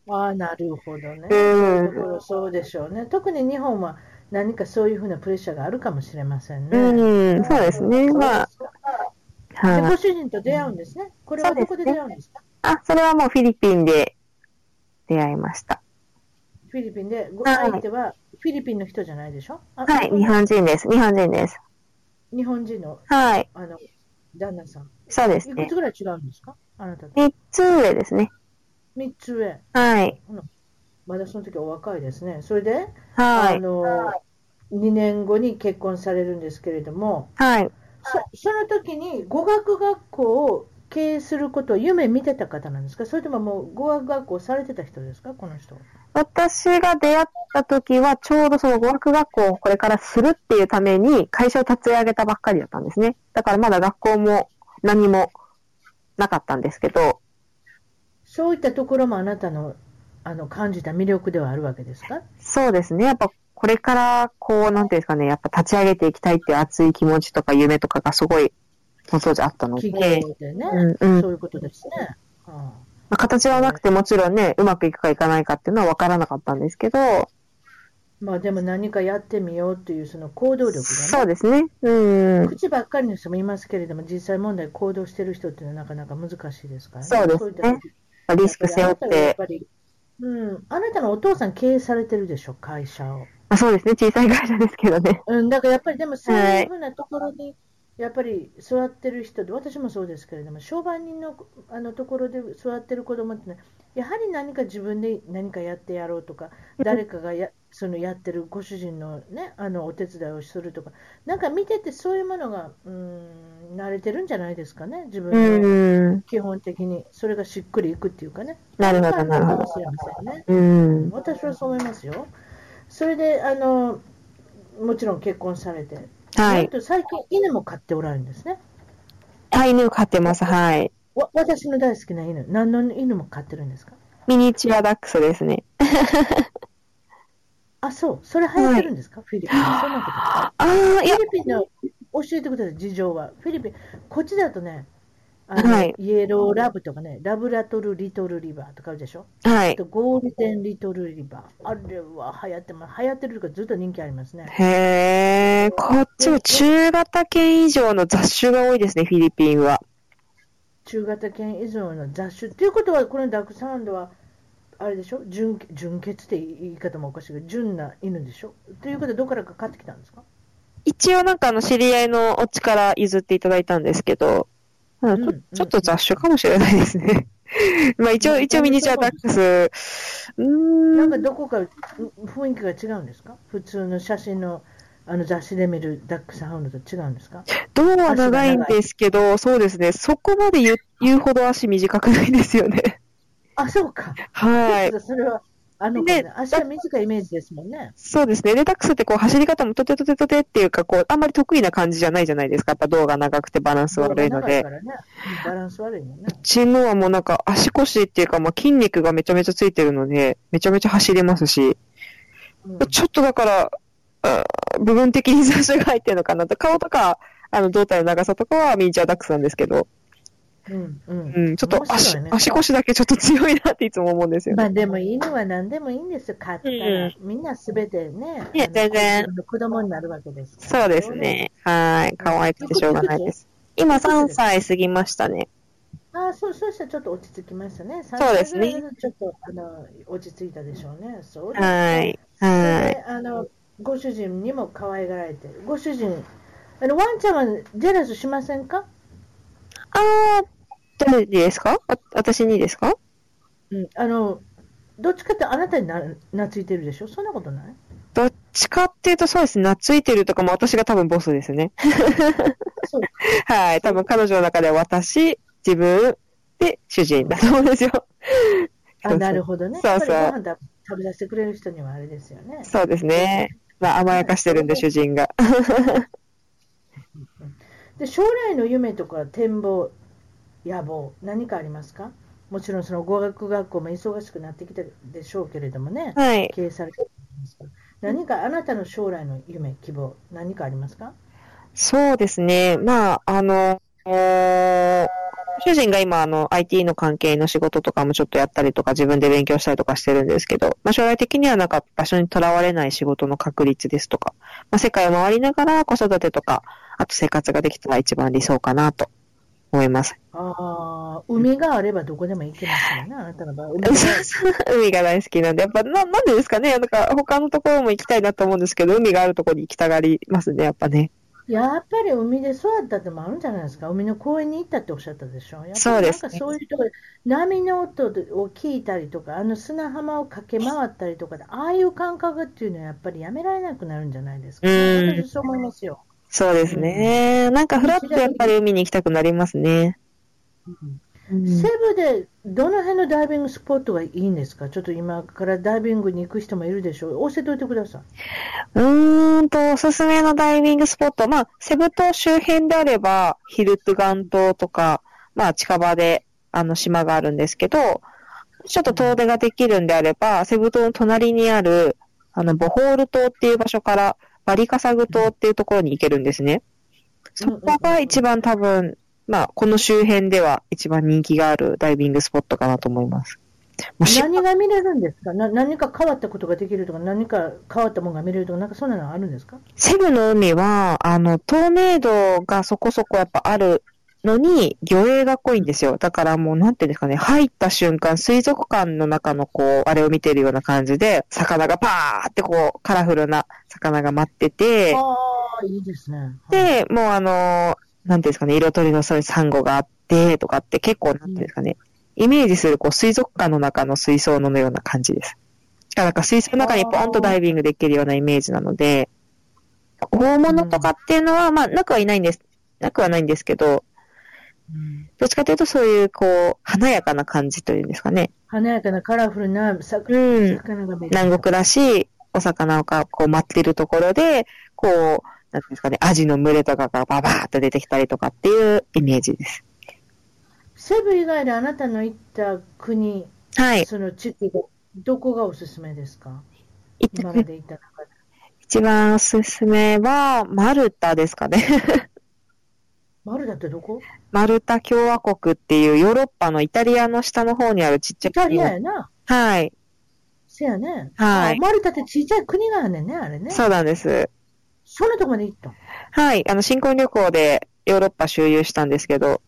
Speaker 1: あ、なるほどね、
Speaker 2: う
Speaker 1: そういうとこ
Speaker 2: ん。
Speaker 1: ろそうでしょうね、特に日本は何かそういうふうなプレッシャーがあるかもしれませんね。
Speaker 2: うん、そうですね。まあ、
Speaker 1: で
Speaker 2: は
Speaker 1: ご
Speaker 2: い。
Speaker 1: 主人と出会うんですね。これはどこで出会うんですか
Speaker 2: あ、それはもうフィリピンで出会いました。
Speaker 1: フィリピンで、ご
Speaker 2: はい
Speaker 1: 相手はフィリピンの人じゃないでしょあ
Speaker 2: はい、日本人です。日本人です。
Speaker 1: 日本人の
Speaker 2: はい、
Speaker 1: あの旦那さん。
Speaker 2: そうです
Speaker 1: い
Speaker 2: ね
Speaker 1: くつ。ぐらい違うんですかあなたと。
Speaker 2: 三つ上ですね。
Speaker 1: 3つ上。
Speaker 2: はい。
Speaker 1: まだその時お若いですね。それで、
Speaker 2: は
Speaker 1: あ
Speaker 2: い。
Speaker 1: の、2年後に結婚されるんですけれども、
Speaker 2: はい。
Speaker 1: そその時に語学学校を経営することを夢見てた方なんですかそれとももう語学学校されてた人ですかこの人は。
Speaker 2: 私が出会った時は、ちょうどその語学学校をこれからするっていうために、会社を立ち上げたばっかりだったんですね。だからまだ学校も何もなかったんですけど、
Speaker 1: そういったところもあなたのあの感じた魅力ではあるわけですか
Speaker 2: そうですね。やっぱこれから、こう、なんていうんですかね、やっぱ立ち上げていきたいっていう熱い気持ちとか夢とかがすごい、その当時あったので、
Speaker 1: 企業でね、
Speaker 2: うんうん
Speaker 1: そういうことですね。うん
Speaker 2: まあ、形はなくてもちろんね、うまくいくかいかないかっていうのは分からなかったんですけど、
Speaker 1: まあでも何かやってみようというその行動力が
Speaker 2: そ
Speaker 1: ね、
Speaker 2: うですね。うん。
Speaker 1: 口ばっかりの人もいますけれども、実際問題、行動してる人っていうのはなかなか難しいですからね。
Speaker 2: そうですね
Speaker 1: いった
Speaker 2: リスク背負
Speaker 1: あな
Speaker 2: っ、
Speaker 1: たはやってぱり、うん、あなたのお父さん経営されてるでしょ、会社を。
Speaker 2: あそうですね。小さい会社ですけどね。
Speaker 1: うん、だからやっぱりでもそういうふうなところに、やっぱり座ってる人で、私もそうですけれども、商売人のあのところで座ってる子供ってのは、やはり何か自分で何かやってやろうとか、誰かがやそのやってるご主人の,、ね、あのお手伝いをするとか、なんか見ててそういうものが、うん、慣れてるんじゃないですかね、自
Speaker 2: う
Speaker 1: 分の
Speaker 2: ん。
Speaker 1: 基本的に、それがしっくりいくっていうかね、
Speaker 2: なるほ
Speaker 1: あ
Speaker 2: ど、
Speaker 1: るの
Speaker 2: なる
Speaker 1: か
Speaker 2: ほ
Speaker 1: も
Speaker 2: ど。
Speaker 1: しれませんね。
Speaker 2: うん。
Speaker 1: 私はそう思いますよ。それで、あの、もちろん結婚されて、な
Speaker 2: は
Speaker 1: ん
Speaker 2: い。
Speaker 1: と最近犬も飼っておられるんですね。
Speaker 2: あ、犬を飼ってます。はい。
Speaker 1: わ私の大好きな犬、何の犬も飼ってるんですか
Speaker 2: ミニチュアダックスですね。
Speaker 1: あ、そう、それ流行ってるんですか、フィリピン。そんなこと。
Speaker 2: ああ、いや
Speaker 1: フィ、リピンの教えてください、事情は。フィリピン、こっちだとね、あの
Speaker 2: はい
Speaker 1: イエローラブとかね、ラブラトルリトルリバーとかあるでしょ、
Speaker 2: はい
Speaker 1: あと。ゴールデンリトルリバー。あれは流行ってます。流行ってるというかずっと人気ありますね。
Speaker 2: へえ、こっちも中型犬以上の雑種が多いですね、フィリピンは。
Speaker 1: 中型犬以上の雑種ということはこのダックサウンドはあれでしょ純純血って言い方もおかしいけど純な犬でしょということでどこからか買ってきたんですか
Speaker 2: 一応なんかあの知り合いのお家から譲っていただいたんですけど、うん
Speaker 1: うん
Speaker 2: ちょちょっと雑種かもしれないですね。 まあ一応、一応ミニチュアダックス。う
Speaker 1: なん
Speaker 2: ー
Speaker 1: か
Speaker 2: ん。
Speaker 1: どこかう雰囲気が違うんですか普通の写真のあの雑誌で見るダックサウンドと違うんですか
Speaker 2: 胴は長いんですけど、そうですね。そこまで言う言うほど足短くないですよ ね。
Speaker 1: あそうか、
Speaker 2: はい。
Speaker 1: それはあの子
Speaker 2: ね
Speaker 1: ね足は短いイメージですもんね
Speaker 2: そうですね。で、ダックスってこう走り方もトテトテトテっていうか、こう、あんまり得意な感じじゃないじゃないですか。やっぱ胴が長くてバランス悪いの
Speaker 1: 長い
Speaker 2: で
Speaker 1: か。らねバランス悪いもんね
Speaker 2: うちのはもうなんか足腰っていうか、まあ、筋肉がめちゃめちゃついてるので、めちゃめちゃ走れますし、
Speaker 1: うん
Speaker 2: ちょっとだから、あー部分的に雑種が入ってるのかなと、顔とか、あの、胴体の長さとかはミニチュアダックスなんですけど、
Speaker 1: うんうん
Speaker 2: うん、ちょっと
Speaker 1: 面
Speaker 2: 足、
Speaker 1: 白いね
Speaker 2: 足腰だけちょっと強いなっていつも思うんですよ
Speaker 1: まあ
Speaker 2: ね。
Speaker 1: でも犬は何でもいいんですよ、飼ったら。みんなすべてね、
Speaker 2: いや
Speaker 1: あの
Speaker 2: 全然。
Speaker 1: 子供になるわけですから
Speaker 2: そうです。ね。はい。可愛くてしょうがないです。今3歳過ぎましたね。
Speaker 1: ああ、そう、そうしたらちょっと落ち着きましたね。
Speaker 2: そうですね
Speaker 1: 3歳ぐらいだとちょっとあの落ち着いたでしょうね。そうです
Speaker 2: は
Speaker 1: ね。
Speaker 2: い。はい。
Speaker 1: であのご主人にも可愛がられてる。ご主人、あのワンちゃんはジェラスしませんか
Speaker 2: あー、誰ですかあ私にですか
Speaker 1: うん。あの、どっちかってあなたにな懐いてるでしょそんなことない
Speaker 2: どっちかっていうとそうですね、懐いてるとかも私が多分ボスですね。
Speaker 1: そう
Speaker 2: はい、多分彼女の中では私、自分、で、主人だと思うんですよ。そうそ
Speaker 1: あ、
Speaker 2: う
Speaker 1: なるほどね。
Speaker 2: そうそう
Speaker 1: やっぱりご飯食べさせてくれる人にはあれですよね。
Speaker 2: そうですね。まあ甘やかしてるんで、主人が。
Speaker 1: で将来の夢とか展望、野望、何かありますかもちろんその語学学校も忙しくなってきたでしょうけれどもね、
Speaker 2: はい。
Speaker 1: 経営されてますから何かあなたの将来の夢、希望、何かありますか
Speaker 2: そうですね。まあ、あの、おー主人が今、あの、IT の関係の仕事とかもちょっとやったりとか、自分で勉強したりとかしてるんですけど、まあ、将来的にはなんか場所にとらわれない仕事の確立ですとか、まあ、世界を回りながら子育てとか、あと生活ができたら一番理想かなと思います。
Speaker 1: ああ、海があればどこでも行けますよね、あなたの場合。海が
Speaker 2: 海が大好きなんで、やっぱな、なんでですかねなんか他のところも行きたいなと思うんですけど、海があるところに行きたがりますね、やっぱね。
Speaker 1: やっぱり海で育ったってもあるんじゃないですか、海の公園に行ったっておっしゃったでしょ、やっぱり
Speaker 2: そうです
Speaker 1: なんかそういうところで、波の音を聞いたりとか、あの砂浜を駆け回ったりとかで、ああいう感覚っていうのはやっぱりやめられなくなるんじゃないですか、
Speaker 2: うん
Speaker 1: 私そう思いますよ。
Speaker 2: そうですね。なんかフラッとやっぱり海に行きたくなりますね。
Speaker 1: 西部でどの辺のダイビングスポットがいいんですか、ちょっと今からダイビングに行く人もいるでしょう、教えておいてください。
Speaker 2: うーんと、おすすめのダイビングスポット。まあ、セブ島周辺であれば、ヒルトゥガン島とか、まあ、近場で、あの、島があるんですけど、ちょっと遠出ができるんであれば、セブ島の隣にある、あの、ボホール島っていう場所から、バリカサグ島っていうところに行けるんですね。そこが一番多分、まあ、この周辺では一番人気があるダイビングスポットかなと思います。
Speaker 3: もうし
Speaker 1: 何が見れるんですかな何か変わったことができるとか、何か変わったものが見れるとか、なんかそんなのあるんですか
Speaker 2: セブの海は、あの、透明度がそこそこやっぱあるのに、魚影が濃いんですよ。だからもう、なんていうんですかね、入った瞬間、水族館の中のこう、あれを見てるような感じで、魚がパーってこう、カラフルな魚が待ってて、
Speaker 1: ああ、いいですね。はい、
Speaker 2: で、もうあの、なんていうんですかね、色とりのそういうサンゴがあって、とかって結構、なんていうんですかね、イメージするこう、水族館の中の水槽のような感じです。だからなんか水槽の中にポンとダイビングできるようなイメージなので、大物とかっていうのは、まあ、なくはいないんです。なくはないんですけど、
Speaker 1: うん
Speaker 2: どっちかというとそういう、こう、華やかな感じというんですかね。
Speaker 1: 華やかなカラフルなさ
Speaker 2: うん。
Speaker 1: 魚が見れる。
Speaker 2: 南国らしいお魚がこう待ってるところで、こう、なんていうんですかね、アジの群れとかがババーっと出てきたりとかっていうイメージです。
Speaker 1: セブ以外であなたの行った国、
Speaker 2: はい。
Speaker 1: その地域で、どこがおすすめですか
Speaker 2: 一
Speaker 1: 今まで行った中で。
Speaker 2: 一番おすすめは、マルタですかね。
Speaker 1: マルだってどこ
Speaker 2: マルタ共和国っていうヨーロッパのイタリアの下の方にあるちっちゃ
Speaker 1: イタ
Speaker 2: い国
Speaker 1: リア
Speaker 2: なんで
Speaker 1: やな。
Speaker 2: す。はい。
Speaker 1: せやね。
Speaker 2: は
Speaker 1: あ
Speaker 2: い
Speaker 1: マルタってちっちゃい国があんねんね、あれね。
Speaker 2: そうなんです。
Speaker 1: そんなとこまで行ったの
Speaker 2: はい。あの、新婚旅行でヨーロッパ周遊したんですけど、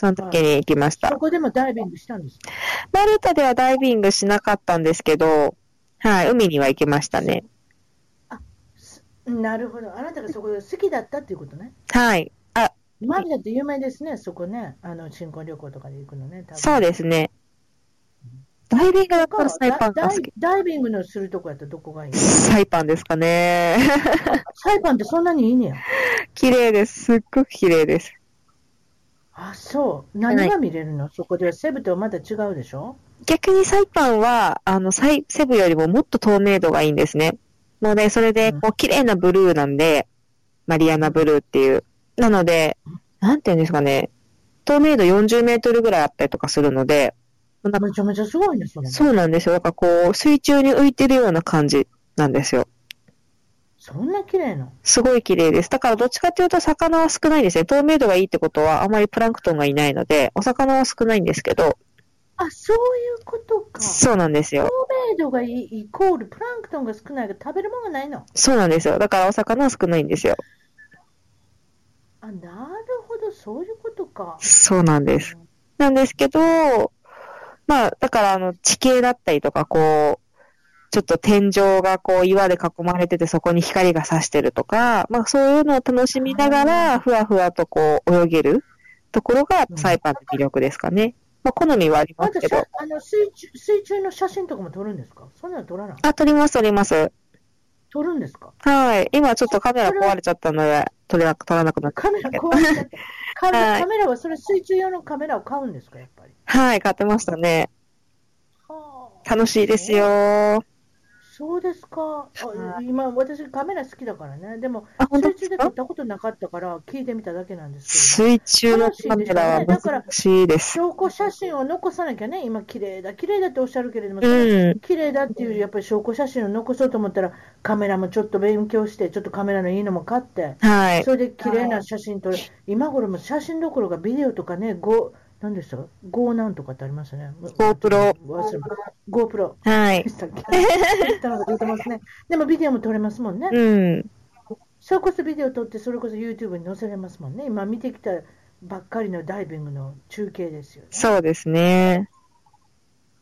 Speaker 2: その時に行きました
Speaker 1: そ。こでもダイビングしたんですか
Speaker 2: マルタではダイビングしなかったんですけど、はい、海には行きましたね。
Speaker 1: すなるほど。あなたがそこが好きだったっていうことね。
Speaker 2: はい。あ、
Speaker 1: マルタって有名ですね、そこね。あの、新婚旅行とかで行くのね。多分
Speaker 2: そうですね。ダイビングだからサイパンが
Speaker 1: ダ
Speaker 2: 好
Speaker 1: イ
Speaker 2: き。
Speaker 1: ダイビングのするとこやったらどこがいい
Speaker 2: サイパンですかね。
Speaker 1: サイパンってそんなにいいねや。
Speaker 2: 綺麗です。すっごく綺麗です。
Speaker 1: あ、そう。何が見れるの、そこではセブとはまた違うでしょ
Speaker 2: 逆にサイパンは、あの、サイ、セブよりももっと透明度がいいんですね。ので、それで、
Speaker 1: うん
Speaker 2: こう、綺麗なブルーなんで、マリアナブルーっていう。なので、なんていうんですかね、透明度40メートルぐらいあったりとかするので、なんか
Speaker 1: めちゃめちゃすごいね、それ。
Speaker 2: そうなんですよ。だからこう、水中に浮いてるような感じなんですよ。
Speaker 1: そんな綺麗な。
Speaker 2: すごい綺麗です。だからどっちかっていうと魚は少ないですね。透明度がいいってことはあまりプランクトンがいないので、お魚は少ないんですけど、
Speaker 1: あ、そういうことか。透
Speaker 2: そうなんですよ。
Speaker 1: 明度がいいイコールプランクトンが少ないが食べるものがないの。
Speaker 2: そうなんですよ。だからお魚は少ないんですよ。
Speaker 1: あ、なるほど、そういうことか。
Speaker 2: そうなんです。なんですけど、まあ、だからあの地形だったりとか、こう、ちょっと天井がこう岩で囲まれててそこに光が差してるとか、まあそういうのを楽しみながら、ふわふわとこう泳げるところがサイパンの魅力ですかね。まあ好みはありま
Speaker 1: あ
Speaker 2: す
Speaker 1: と
Speaker 2: けど
Speaker 1: さ。あの水中、水中の写真とかも撮るんですかそんなの撮らない。
Speaker 2: あ、撮ります、撮ります。
Speaker 1: 撮るんですか
Speaker 2: はい。今ちょっとカメラ壊れちゃったので、撮れなく、撮らなくなっ
Speaker 1: カメラ壊れちゃった。カメ
Speaker 2: はい
Speaker 1: カメラは、それ水中用のカメラを買うんですかやっぱり。
Speaker 2: はい、買ってましたね。
Speaker 1: はあ
Speaker 2: 楽しいですよ。あ、
Speaker 1: そうですか。あ
Speaker 2: は
Speaker 1: 今、私、カメラ好きだからね。でも、
Speaker 2: 本当
Speaker 1: 水中で
Speaker 2: です
Speaker 1: 撮
Speaker 2: か
Speaker 1: ったことなかったから、聞いてみただけなんですけ
Speaker 2: 水中のカメラは
Speaker 1: 楽しいですよねだから
Speaker 2: 難しいです。
Speaker 1: ど。証拠写真を残さなきゃね、今、綺麗だ、綺麗だっておっしゃるけれども、
Speaker 2: うん。
Speaker 1: 綺麗だっていう、やっぱり証拠写真を残そうと思ったら、カメラもちょっと勉強して、ちょっとカメラのいいのも買って、
Speaker 2: はい。
Speaker 1: それで綺麗な写真撮る。今頃も写真どころかビデオとかね、ゴなんでしたか ?GO なんとかってありますよね。
Speaker 2: GoPro。
Speaker 1: 忘れ GoPro。
Speaker 2: はい
Speaker 1: で。したっけ適当なこと言ってますね。でもビデオも撮れますもんね。
Speaker 2: うん。
Speaker 1: それこそビデオ撮って、それこそ YouTube に載せれますもんね。今見てきたばっかりのダイビングの中継ですよね。
Speaker 2: そうですね。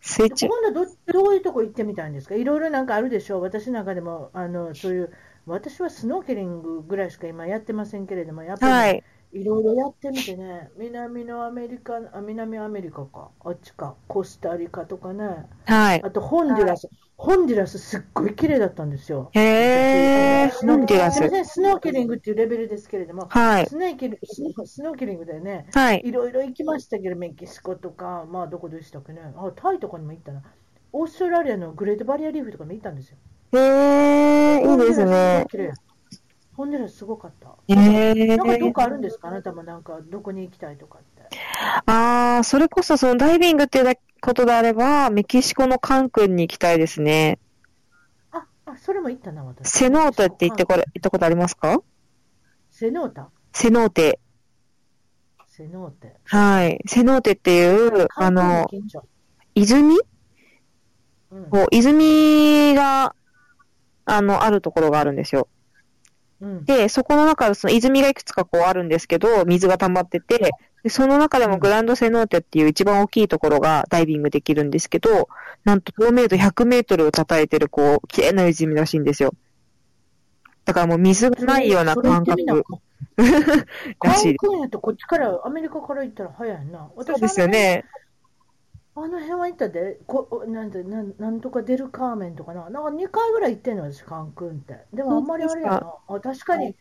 Speaker 2: 水中
Speaker 1: 今。度ど、どういうとこ行ってみたいんですかいろいろなんかあるでしょう。私なんかでも、あの、そういう、私はスノーケリングぐらいしか今やってませんけれども、やっぱりね、
Speaker 2: はいい。
Speaker 1: ろいろやってみてね、南のアメリカ、あ南アメリカか、あっちか、コスタリカとかね、
Speaker 2: はい。
Speaker 1: あとホンデュラス、ホンデュラスすっごい綺麗だったんですよ。
Speaker 2: へえ。
Speaker 1: スノ
Speaker 2: なん
Speaker 1: ー
Speaker 2: て
Speaker 1: ケ
Speaker 2: い
Speaker 1: リン
Speaker 2: う
Speaker 1: グ
Speaker 2: やつ
Speaker 1: すいませんスノーケリングっていうレベルですけれども、
Speaker 2: はい。
Speaker 1: スネーキルスノスノーケリングだよね。
Speaker 2: はい。
Speaker 1: いろいろ行きましたけど、メキシコとか、まあどこでしたっけね。あ、タイとかにも行ったな。オーストラリアのグレートバリアリーフとかにも行ったんですよ。
Speaker 2: へえ。いいですね。
Speaker 1: ホンデュラスごい綺麗。ホンデュラスすごかった。
Speaker 2: へえ
Speaker 1: なんかどっかあるんですかあなたもなんかどこに行きたいとかって。
Speaker 2: ああ、それこそそのダイビングっていうだことであれば、メキシコのカン君に行きたいですね。
Speaker 1: あ、あ、それも行ったな、私。
Speaker 2: セノーテって言ってこれ、行ったことありますか
Speaker 1: セノータ
Speaker 2: セノーテ。
Speaker 1: セノーテ。
Speaker 2: はい。セノーテっていう、あの、
Speaker 1: 韓国近所
Speaker 2: 泉
Speaker 1: うん
Speaker 2: こう泉が、あの、あるところがあるんですよ。
Speaker 1: うん
Speaker 2: で、そこの中でその泉がいくつかこうあるんですけど、水が溜まってて、でその中でもグランドセノーテっていう一番大きいところがダイビングできるんですけど、なんと透明度100メートルを叩いてる、こう、綺麗な泉らしいんですよ。だからもう水がないような
Speaker 1: それ
Speaker 2: 感
Speaker 1: それ行っ
Speaker 2: 覚
Speaker 1: てみな
Speaker 2: らしい
Speaker 1: 韓。国やとこっちから、アメリカから行ったら早いな。
Speaker 2: そうですよね。
Speaker 1: あの辺は行ったで、こなんてなんなんとかデルカーメンとかな、なんか2回ぐらい行ってんの、私、カンクンって。でもあんまりあれやな、あ確かに、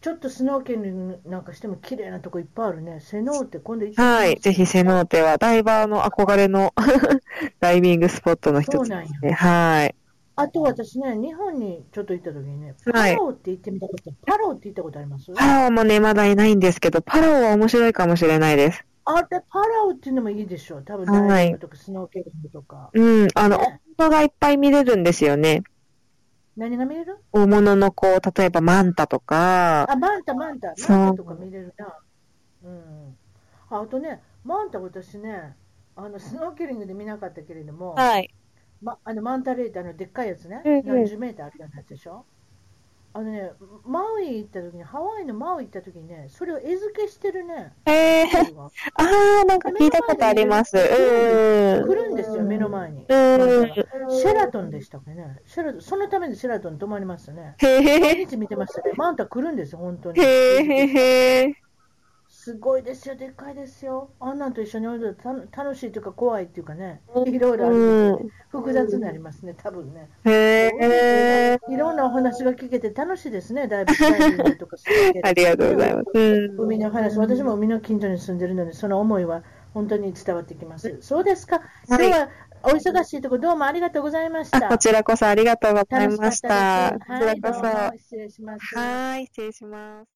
Speaker 1: ちょっとスノーケリングなんかしても綺麗なとこいっぱいあるね、セノーって今度行ってみよう
Speaker 2: はい。ぜひセノーテはダイバーの憧れのダイビングスポットの一
Speaker 1: そう
Speaker 2: つ
Speaker 1: なんや。
Speaker 2: で、はい。
Speaker 1: あと私ね、日本にちょっと行った時にね、パ
Speaker 2: はい
Speaker 1: ラオって行ってみたかった、パラオって行ったことあります
Speaker 2: パラオもね、まだいないんですけど、パラオは面白いかもしれないです。
Speaker 1: あでパラオっていうのもいいでしょう、多分
Speaker 2: はい
Speaker 1: ダイビングとかスノーケリングとか。
Speaker 2: うん。あの、
Speaker 1: ね
Speaker 2: 大物がいっぱい見れるんですよね。
Speaker 1: 何が見れる
Speaker 2: 大物のこう、例えばマンタとか、
Speaker 1: あ、マンタ、マンタ、
Speaker 2: そう
Speaker 1: マンタとか見れるな。うん。ああとね、マンタ私ね、あのスノーケリングで見なかったけれども、
Speaker 2: はい。
Speaker 1: ま、あのマンタレーターのでっかいやつね、
Speaker 2: うんうん
Speaker 1: 何十メーターあるようなやつでしょ。あのね、マウイ行った時に、ハワイのマウイ行った時にね、それを餌付けしてるね、
Speaker 2: えー、
Speaker 1: 人が
Speaker 2: あー、なんか聞いたことあります。う
Speaker 1: 来るんですよ、目の前に。
Speaker 2: ーん。うーん。
Speaker 1: シェラトンでしたっけね、シェラトンそのためにシェラトンに泊まりましたね。
Speaker 2: へ
Speaker 1: 毎
Speaker 2: へへ。
Speaker 1: 日見てましたね、マンタ来るんですよ、本当に。
Speaker 2: へへへ。
Speaker 1: すごいですよ、でっかいですよ。あんなんと一緒に泳いだらたの楽しいというか怖いというかね、いろいろあるんですよね複雑になりますね、多分ね。
Speaker 2: へえ。
Speaker 1: いろんなお話が聞けて楽しいですね、だいぶ。ダイビングとかそういう系
Speaker 2: ありがとうございます。うん。
Speaker 1: 海の話、私も海の近所に住んでるので、その思いは本当に伝わってきます。そうですか、今日はお忙しいところ、どうもありがとうございまし
Speaker 2: あ、
Speaker 1: た。
Speaker 2: こちらこそありがとうございました。
Speaker 1: 楽しかったです
Speaker 2: こちらこそ。
Speaker 1: はい、どうも
Speaker 2: は
Speaker 1: 失礼します。
Speaker 2: ーい、失礼します。